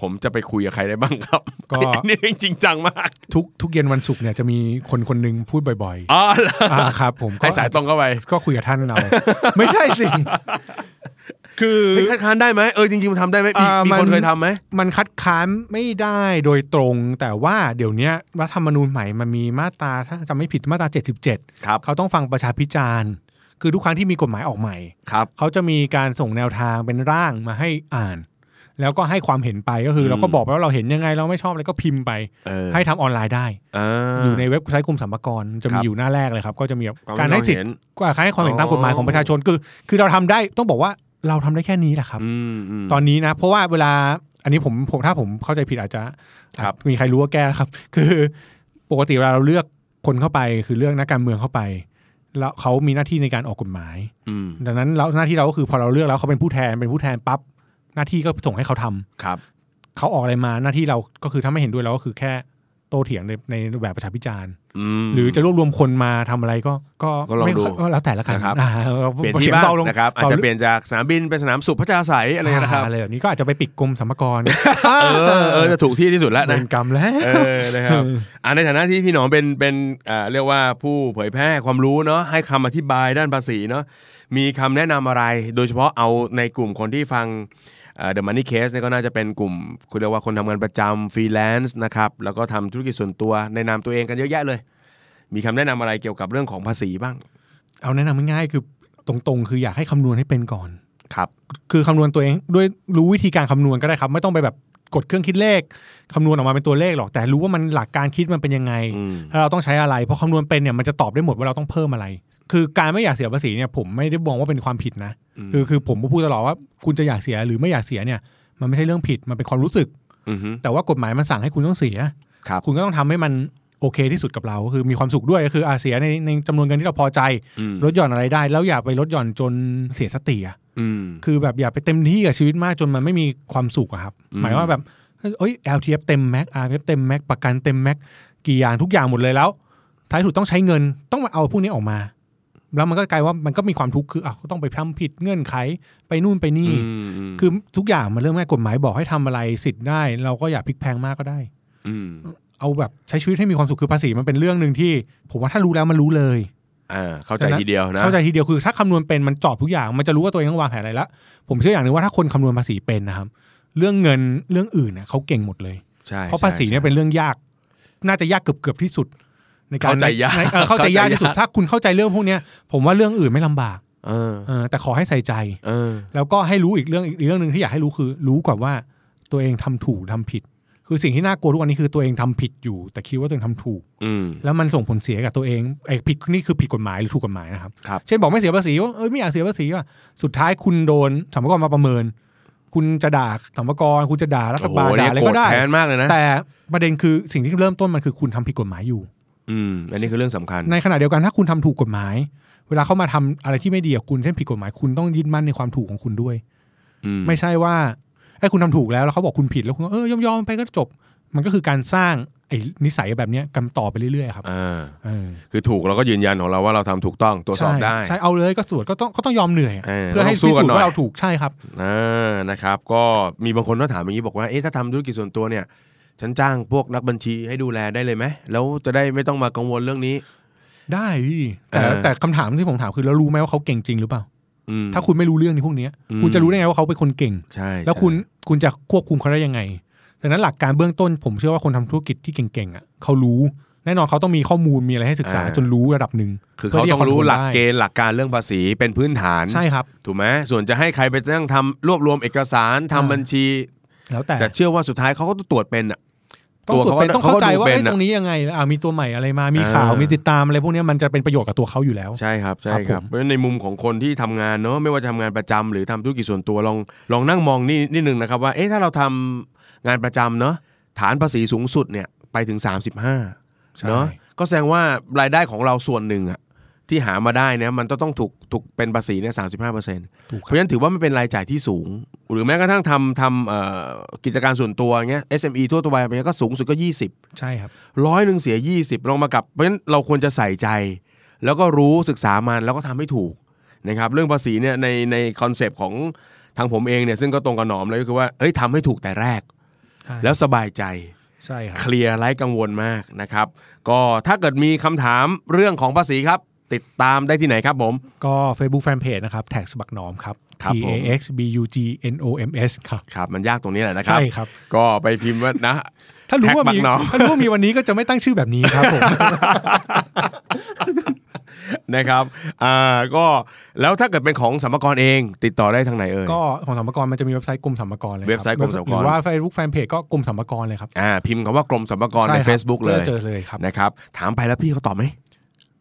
[SPEAKER 1] ผมจะไปคุยกับใครได้บ้างครับ
[SPEAKER 2] ก็
[SPEAKER 1] [laughs] อันนี่จริงจังมาก
[SPEAKER 2] ทุกทุกเย็นวันศุกร์เนี่ยจะมีคนคนหนึ่งพูดบ่อยๆ
[SPEAKER 1] อ๋อเหรอ
[SPEAKER 2] อ่าครับผมก็
[SPEAKER 1] ให้สายตรงเข้าไป
[SPEAKER 2] ก็คุยกับท่านเอา ไม่ใช่สิ คือ
[SPEAKER 1] เฮ้ยคัดค้านได้ไหมเออจริงๆมันทำได้ไหมมี
[SPEAKER 2] อ่า
[SPEAKER 1] มีคน
[SPEAKER 2] มัน
[SPEAKER 1] เคยทำไหม
[SPEAKER 2] มันคัดค้านไม่ได้โดยตรง แต่ว่าเดี๋ยวเนี้ยรัฐธรรมนูญใหม่มันมีมาตราถ้าจำไม่ผิดมาตรา 77
[SPEAKER 1] ครับ
[SPEAKER 2] เขาต้องฟังประชาพิจารณ์คือทุกครั้งที่มีกฎหมายออกใหม่
[SPEAKER 1] ครับ
[SPEAKER 2] เขาจะมีการส่งแนวทางเป็นร่างมาให้อ่าน แล้วก็ให้ความเห็นไปก็คืออ
[SPEAKER 1] ม
[SPEAKER 2] เราก็บอกไปว่าเราเห็นยังไงเราไม่ชอบอะไรก็พิมพ์ไป
[SPEAKER 1] เออ
[SPEAKER 2] ให้ทำออนไลน์ได้
[SPEAKER 1] เออ
[SPEAKER 2] อ
[SPEAKER 1] อ
[SPEAKER 2] ยู่ในเว็บไซต์กรมสรรพากรจะ
[SPEAKER 1] ครับ
[SPEAKER 2] มีอยู่หน้าแรกเลยครับ ก็จะมีแบบ
[SPEAKER 1] ควม
[SPEAKER 2] การให้สิทธิ์
[SPEAKER 1] เน
[SPEAKER 2] การให้ความเห็นตาม
[SPEAKER 1] อ๋อ
[SPEAKER 2] กฎหมายของประชาชนคือ คือเราทำได้ต้องบอกว่าเราทำได้แค่นี้แหละครับ
[SPEAKER 1] อืมม
[SPEAKER 2] ตอนนี้นะเพราะว่าเวลาอันนี้ผมผมถ้าผมเข้าใจผิดอาจจะ
[SPEAKER 1] ครับ
[SPEAKER 2] อาจมีใครรู้ว่าแก้นะครับ [laughs] คือปกติเวลาเราเลือกคนเข้าไปคือเลือกนักการเมืองเข้าไปแล้วเขามีหน้าที่ในการออกกฎหมาย
[SPEAKER 1] อืม
[SPEAKER 2] ดังนั้นเราหน้าที่เราก็คือพอเราเลือกแล้วเขาเป็นผู้แทนเป็นผู้แทนปั๊บหน้าที่ก็ส่งให้เขาทำ
[SPEAKER 1] ครับ
[SPEAKER 2] เขาออกอะไรมาหน้าที่เราก็คือถ้าไม่เห็นด้วยเราก็คือแค่โต้เถียงในในแบบประชาพิจารณ์
[SPEAKER 1] ม
[SPEAKER 2] หรือจะรวบรวมคนมาทำอะไรก็ก็
[SPEAKER 1] ก็ลอง
[SPEAKER 2] ไม่
[SPEAKER 1] ดู
[SPEAKER 2] ก็แล้วแต่ละกัน
[SPEAKER 1] นะครับ
[SPEAKER 2] อ่า
[SPEAKER 1] เปลี่ยน
[SPEAKER 2] สี
[SPEAKER 1] ที่
[SPEAKER 2] ง
[SPEAKER 1] บ้าง
[SPEAKER 2] เบาลง
[SPEAKER 1] นะครับอาจจะเปลี่ยนจากสนามบินไปสนามสุพัชราไสยอะไรนะครับ
[SPEAKER 2] อ่าอะไรแบบนี้ก็อาจจะไปปิดกรมสรรพากร
[SPEAKER 1] เออเออจะถูกที่ที่สุดแล้ว
[SPEAKER 2] เป็
[SPEAKER 1] นะ
[SPEAKER 2] นกรรมแล้ว
[SPEAKER 1] เออนะครับอ่าในฐานะที่พี่หนอมเป็นเป็นอ่าเรียกว่าผู้เผยแพร่ความรู้เนาะให้คำอธิบายด้านภาษีเนาะมีคำแนะนำอะไร โดยเฉพาะเอาในกลุ่มคนที่ฟังเดอะมันนี่เคสเนี่ยก็น่าจะเป็นกลุ่มคุณเรียกว่าคนทำงานประจำฟรีแลนซ์นะครับแล้วก็ทำธุรกิจส่วนตัวในนามตัวเองกันเยอะแยะเลย มีคำแนะนำอะไรเกี่ยวกับเรื่องของภาษีบ้าง
[SPEAKER 2] เอาแนะนำง่ายๆคือตรงๆ คืออยากให้คำนวณให้เป็นก่อน
[SPEAKER 1] ครับ
[SPEAKER 2] คือคำนวณตัวเองด้วยรู้วิธีการคำนวณก็ได้ครับ ไม่ต้องไปแบบกดเครื่องคิดเลขคำนวณออกมาเป็นตัวเลขหรอก แต่รู้ว่ามันหลักการคิดมันเป็นยังไง
[SPEAKER 1] อืม
[SPEAKER 2] แล้วเราต้องใช้อะไรเพราะคำนวณเป็นเนี่ยมันจะตอบได้หมดว่าเราต้องเพิ่มอะไร คือการไม่อยากเสียภาษีเนี่ยผมไม่ได้มองว่าเป็นความผิดนะ คือคือผมก็พูดตลอดว่าคุณจะอยากเสียหรือไม่อยากเสียเนี่ยมันไม่ใช่เรื่องผิดมันเป็นความรู้สึก
[SPEAKER 1] อือฮึ
[SPEAKER 2] แต่ว่ากฎหมายมันสั่งให้คุณต้องเสีย
[SPEAKER 1] ครับ
[SPEAKER 2] คุณก็ต้องทำให้มันโอเคที่สุดกับเราก็คือมีความสุขด้วยก็คืออาเสียในในจำนวนเงินที่เราพอใจ
[SPEAKER 1] อืม
[SPEAKER 2] ลดหย่อนอะไรได้ แล้วอย่าไปลดหย่อนจนเสียสติอะ
[SPEAKER 1] อืม
[SPEAKER 2] คือแบบอย่าไปเต็มที่กับชีวิตมากจนมันไม่มีความสุขอะครับ
[SPEAKER 1] อืม
[SPEAKER 2] หมายว่าแบบเอ้ย LTF เต็มแม็ก RTF เต็มแม็กประกันเต็มแม็กกี่อย่างทุกอย่างหมดเลยแล้ว ท้ายสุดต้องใช้เงินต้องมาเอาพวกนี้ออกมา แล้วมันก็กลายว่ามันก็มีความทุกข์คืออ้าวต้องไปทำผิดเงื่อนไขไปนู่นไปนี่
[SPEAKER 1] อืมม
[SPEAKER 2] คือทุกอย่างมันเรื่องง่ายกฎหมายบอกให้ทำอะไรสิทธิ์ได้ เราก็อย่าพลิกแพลงมากก็ได้
[SPEAKER 1] ม
[SPEAKER 2] เอาแบบใช้ชีวิตให้มีความสุขคือภาษีมันเป็นเรื่องหนึ่งที่ ผมว่าถ้ารู้แล้วมันรู้เลย
[SPEAKER 1] อ่าเข้าใจ
[SPEAKER 2] ฉะนั้น
[SPEAKER 1] ทีเดียวนะ
[SPEAKER 2] เข้าใจทีเดียวคือถ้าคำนวณเป็นมันจอบทุกอย่างมันจะรู้ว่าตัวเองต้องวางแผนอะไรละผมเชื่ออย่างหนึงว่าถ้าคนคำนวณภาษีเป็นนะครับ เรื่องเงินเรื่องอื่นเนี่ยเขาเก่งหมดเลย
[SPEAKER 1] ใช่
[SPEAKER 2] เพราะภาษีเนี่ย
[SPEAKER 1] ใช่
[SPEAKER 2] เป็นเรื่องยาก น่าจะยากเกือบเกือบๆที่สุด ในการ
[SPEAKER 1] เข้าใจยาก
[SPEAKER 2] ในเออเข้าใจ
[SPEAKER 1] เข้าใจ
[SPEAKER 2] ยากที่สุด
[SPEAKER 1] ยาก
[SPEAKER 2] ถ้าคุณเข้าใจเรื่องพวกเนี้ยผมว่าเรื่องอื่นไม่ลำบาก
[SPEAKER 1] เออ
[SPEAKER 2] เออแต่ขอให้ใส่ใจ
[SPEAKER 1] เออ
[SPEAKER 2] แล้วก็ให้รู้อีกเรื่องอีกเรื่องหนึ่งที่อยากให้รู้คือ รู้ก่อนว่าตัวเองทำถูกทำผิด คือสิ่งที่น่ากลัวทุกวันนี้คือตัวเองทำผิดอยู่ แต่คิดว่าตัวเองทำถูก
[SPEAKER 1] อืม
[SPEAKER 2] แล้วมันส่งผลเสียกับตัวเองไอ้ผิดนี่คือผิดกฎหมายหรือถูกกฎหมายนะครับ
[SPEAKER 1] ครับ
[SPEAKER 2] เช่นบอกไม่เสียภาษีว่าเอ้ยไม่อยากเสียภาษีว่ะสุดท้ายคุณโดนสรรพากรมาประเมิน คุณจะด่าสรรพากรคุณจะด่ารัฐ
[SPEAKER 1] โอ้โห
[SPEAKER 2] บาล
[SPEAKER 1] เนี่
[SPEAKER 2] ด่าย อะไร
[SPEAKER 1] โกร
[SPEAKER 2] ก็
[SPEAKER 1] ธ
[SPEAKER 2] ได้
[SPEAKER 1] แค้นมากเลยนะ
[SPEAKER 2] แต่ประเด็นคือสิ่งที่เริ่มต้นมันคือคุณทำผิดกฎหมายอยู่
[SPEAKER 1] อืมอันนี้คือเรื่องสำคัญ
[SPEAKER 2] ในขณะเดียวกันถ้าคุณทำถูกกฎหมาย เวลาเขามาทำอะไรที่ไม่ดีกับคุณเช่นผิดกฎหมายคุณต้องยึดมั่นในความถูกของคุณด้วย
[SPEAKER 1] อืม
[SPEAKER 2] ไม่ใช่ว่าไอ้คุณทำถูกแล้วแล้วเขาบอกคุณผิดแล้วคุณก็เออยอมยอมไปก็จบ มันก็คือการสร้างไอ้นิสัยแบบเนี้ยกันต่อไปเรื่อยๆครับ
[SPEAKER 1] อ่า
[SPEAKER 2] เออ
[SPEAKER 1] คือถูกเราก็ยืนยันของเราว่าเราทำถูกต้องตรวจสอบได้
[SPEAKER 2] ใช่ใช่เอาเลยก็สวดก็ต้องก็ต้องยอมเหนื่อยอะ
[SPEAKER 1] เออ
[SPEAKER 2] เพื่อให้
[SPEAKER 1] ต้องสู้
[SPEAKER 2] พิ
[SPEAKER 1] กั
[SPEAKER 2] สู
[SPEAKER 1] นห
[SPEAKER 2] จ
[SPEAKER 1] น่
[SPEAKER 2] น์
[SPEAKER 1] อย
[SPEAKER 2] ว่าเราถูกใช่ครับ
[SPEAKER 1] อ่านะครับ ก็มีบางคนก็ถามอย่างนี้บอกว่าเอ๊ะถ้าทำธุรกิจส่วนตัวเนี่ย ฉันจ้างพวกนักบัญชีให้ดูแลได้เลยไหมแล้วจะได้ไม่ต้องมากังวลเรื่องนี้
[SPEAKER 2] ได้พี่แต่
[SPEAKER 1] เออ
[SPEAKER 2] แต่คำถามที่ผมถามคือเรารู้ไหมว่าเขาเก่งจริงหรือเปล่า
[SPEAKER 1] อืม
[SPEAKER 2] ถ้าคุณไม่รู้เรื่องในพวกเนี้ย
[SPEAKER 1] อืม
[SPEAKER 2] คุณจะรู้ได้ไงว่าเขาเป็นคนเก่ง
[SPEAKER 1] ใช่
[SPEAKER 2] แล้วคุณคุณจะควบคุมเขาได้ยังไงดังนั้นหลักการเบื้องต้นผมเชื่อว่าคนทำธุรกิจที่เก่งๆอ่ะเขารู้ แน่นอนเขาต้องมีข้อมูลมีอะไรให้ศึกษาจนรู้ระดับหนึ่ง
[SPEAKER 1] คือเขา
[SPEAKER 2] พื่
[SPEAKER 1] ต้องรู้
[SPEAKER 2] ที่จะ control
[SPEAKER 1] หลัก
[SPEAKER 2] ได้
[SPEAKER 1] เกณฑ์หลักการเรื่องภาษีเป็นพื้นฐาน
[SPEAKER 2] ใช่ครับ
[SPEAKER 1] ถูกไหมส่วนจะให้ใครไปนั่งทำรวบรวมเอกสารทำ
[SPEAKER 2] อ่า
[SPEAKER 1] บัญชี
[SPEAKER 2] แล้วแต่
[SPEAKER 1] แต่เชื่อว่าสุดท้ายเขาก็ตรวจเป็นอ่ะ
[SPEAKER 2] ต้อง
[SPEAKER 1] ตัว
[SPEAKER 2] ตร
[SPEAKER 1] เขา
[SPEAKER 2] วจเป็น
[SPEAKER 1] ก็
[SPEAKER 2] ต้องเข้าใจว่า
[SPEAKER 1] เขาก็ดูเป็น
[SPEAKER 2] เอ้ย
[SPEAKER 1] อะ
[SPEAKER 2] ตรงนี้ยังไงอ่ามีตัวใหม่อะไรมามี
[SPEAKER 1] อ่า
[SPEAKER 2] ข่าวมีติดตามอะไรพวกเนี้ยมันจะเป็นประโยชน์กับตัวเขาอยู่แล้ว
[SPEAKER 1] ใช่ครับใช่ค
[SPEAKER 2] ครั
[SPEAKER 1] รับบ
[SPEAKER 2] ผม
[SPEAKER 1] เพราะฉะนั้นในมุมของคนที่ทำงานเนาะไม่ว่าจะทำงานประจำหรือทำธุรกิจส่วนตัวลองลองนั่งมองนี่นิดนึงนะครับว่าเอ๊ะถ้าเราทำงานประจำเนาะฐานภาษีสูงสุดเนี่ยไปถึง 35
[SPEAKER 2] ใช่
[SPEAKER 1] เนาะก็แสดงว่ารายได้ของเราส่วนหนึ่งอะ ที่หามาได้เนี่ยมันต้องถูกถูกเป็นภาษีเนี่ยสาเปอร์เซ็นต์
[SPEAKER 2] ถูกค
[SPEAKER 1] เพ
[SPEAKER 2] รับ
[SPEAKER 1] ราะฉะนั้นถือว่ามันเป็นรายจ่ายที่สูง หรือแม้กระทั่งทำทำเอ่อกิจการส่วนตัวเงี้ย SME ทั่วตัวไปเนี่ยก็สูงสุดก็ 20
[SPEAKER 2] ใช่ครับ
[SPEAKER 1] ร้อยหนึ่งเสีย 20 ลองมากับ เพราะฉะนั้นเราควรจะใส่ใจ แล้วก็รู้ศึกษามันแล้วก็ทำให้ถูกนะครับเรื่องภาษีเนี่ยในในคอนเซปต์ของทางผมเองเนี่ยซึ่งก็ตรงกับหนอมเลยก็คือว่าเอ้ยทำให้ถูกแต่แรก
[SPEAKER 2] ใช่
[SPEAKER 1] แล้วสบายใจ
[SPEAKER 2] ใช่ค
[SPEAKER 1] เครับ ลียร์ไร้กังวลมากนะครับ ก็ถ้าเกิดมีคำถามเรื่องของภาษีครับ ติดตามได้ที่ไหนครับผม
[SPEAKER 2] ก็ Facebook Fanpage นะครับแท็กสบักหนอมครับ
[SPEAKER 1] ค
[SPEAKER 2] T
[SPEAKER 1] รับผม
[SPEAKER 2] A X B U G N O M S ครับ
[SPEAKER 1] ครับมันยากตรงนี้แหละนะครับ
[SPEAKER 2] ใช่ครับ
[SPEAKER 1] ก็ไปพิมพ์ว่านะ
[SPEAKER 2] [laughs] ถ้ารู้ว่า
[SPEAKER 1] แท็กบั
[SPEAKER 2] มี
[SPEAKER 1] กหนอม
[SPEAKER 2] ถ้ารู้ว่ามีวันนี้ก็จะไม่ตั้งชื่อแบบนี้ครับผม
[SPEAKER 1] [laughs] นะครับอ่าก็แล้วถ้าเกิดเป็นของสมกรเอง ติดต่อได้ทางไหนเอ่ย
[SPEAKER 2] ก็ของสัมภากรมันจะมีเว็บไซต์กรมสัมภากรเลยคบ
[SPEAKER 1] เว็บไซต์กรมสรรพากร
[SPEAKER 2] หรือว่า Facebook Fanpage ก็กรมสัมภากรเลยครับ
[SPEAKER 1] อ่าพิมพ์คำว่ากรมสรรพากรใน
[SPEAKER 2] ช่ครับ
[SPEAKER 1] Facebook เลย
[SPEAKER 2] เจอเลยครับ
[SPEAKER 1] นะครับถามไปแล้วพี่เขาตอบไหม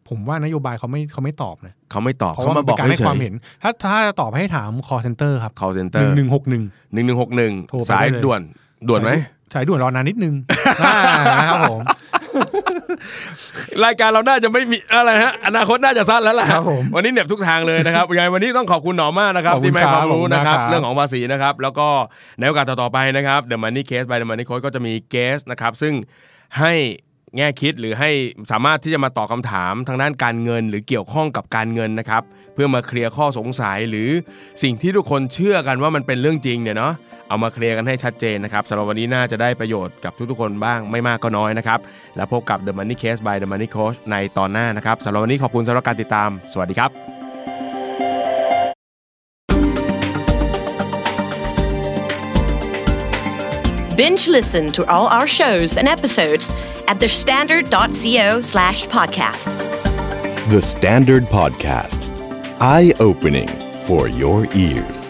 [SPEAKER 2] ผมว่านโยบายเขาไม่เขาไม่ตอบนะ
[SPEAKER 1] เขาไม่ตอบ
[SPEAKER 2] เพราะ
[SPEAKER 1] เขา
[SPEAKER 2] ว่ามั
[SPEAKER 1] มาน บ
[SPEAKER 2] เป็
[SPEAKER 1] อก
[SPEAKER 2] นการให้
[SPEAKER 1] เฉ
[SPEAKER 2] ความ
[SPEAKER 1] ย
[SPEAKER 2] เห็น ถ้าถ้าตอบให้ถาม call center ครับ
[SPEAKER 1] ๆ call
[SPEAKER 2] ห
[SPEAKER 1] center
[SPEAKER 2] นึ่งหนึ่งหกหนึ่ง
[SPEAKER 1] หนึ่งหนึ่งหกหนึ่ง
[SPEAKER 2] โทรไปได้
[SPEAKER 1] สาย
[SPEAKER 2] เลย
[SPEAKER 1] ด่วนด่วนไหม
[SPEAKER 2] สายด่วนรอนานนิด
[SPEAKER 1] [laughs]
[SPEAKER 2] นึง อ่าครับผม
[SPEAKER 1] รายการเราน่าจะไม่มีอะไรฮะอนาคตน่าจะสั้นแล้วล่ะ
[SPEAKER 2] ครับผม
[SPEAKER 1] วันนี้เหน็บทุกทางเลยนะครับยังไงวันนี้ต้องขอบคุณหนอมมากนะครับ
[SPEAKER 2] ขอบคุณ
[SPEAKER 1] ที่มาให้ความรู้นะครับ
[SPEAKER 2] ครับ
[SPEAKER 1] เรื่องของภาษีนะครับ แล้วก็ในโอกาสต่อๆไปนะครับ The Money Case by The Money Coach ก็จะมีเกสนะครับ ซึ่งให้แง่คิดหรือให้สามารถที่จะมาตอบคำถามทางด้านการเงิน หรือเกี่ยวข้องกับการเงินนะครับ เพื่อมาเคลียร์ข้อสงสัยหรือสิ่งที่ทุกคนเชื่อกันว่ามันเป็นเรื่องจริงเนี่ยเนาะเอามาเคลียร์กันให้ชัดเจนนะครับสำหรับวันนี้น่าจะได้ประโยชน์กับทุกๆคนบ้างไม่มากก็น้อยนะครับ แล้วพบกับ The Money Case by The Money Coach ในตอนหน้านะครับสำหรับวันนี้ขอบคุณสำหรับการติดตาม สวัสดีครับ
[SPEAKER 3] Binge listen to all our shows and episodes at thestandard.co slash podcast.
[SPEAKER 4] The Standard Podcast. Eye opening for your ears.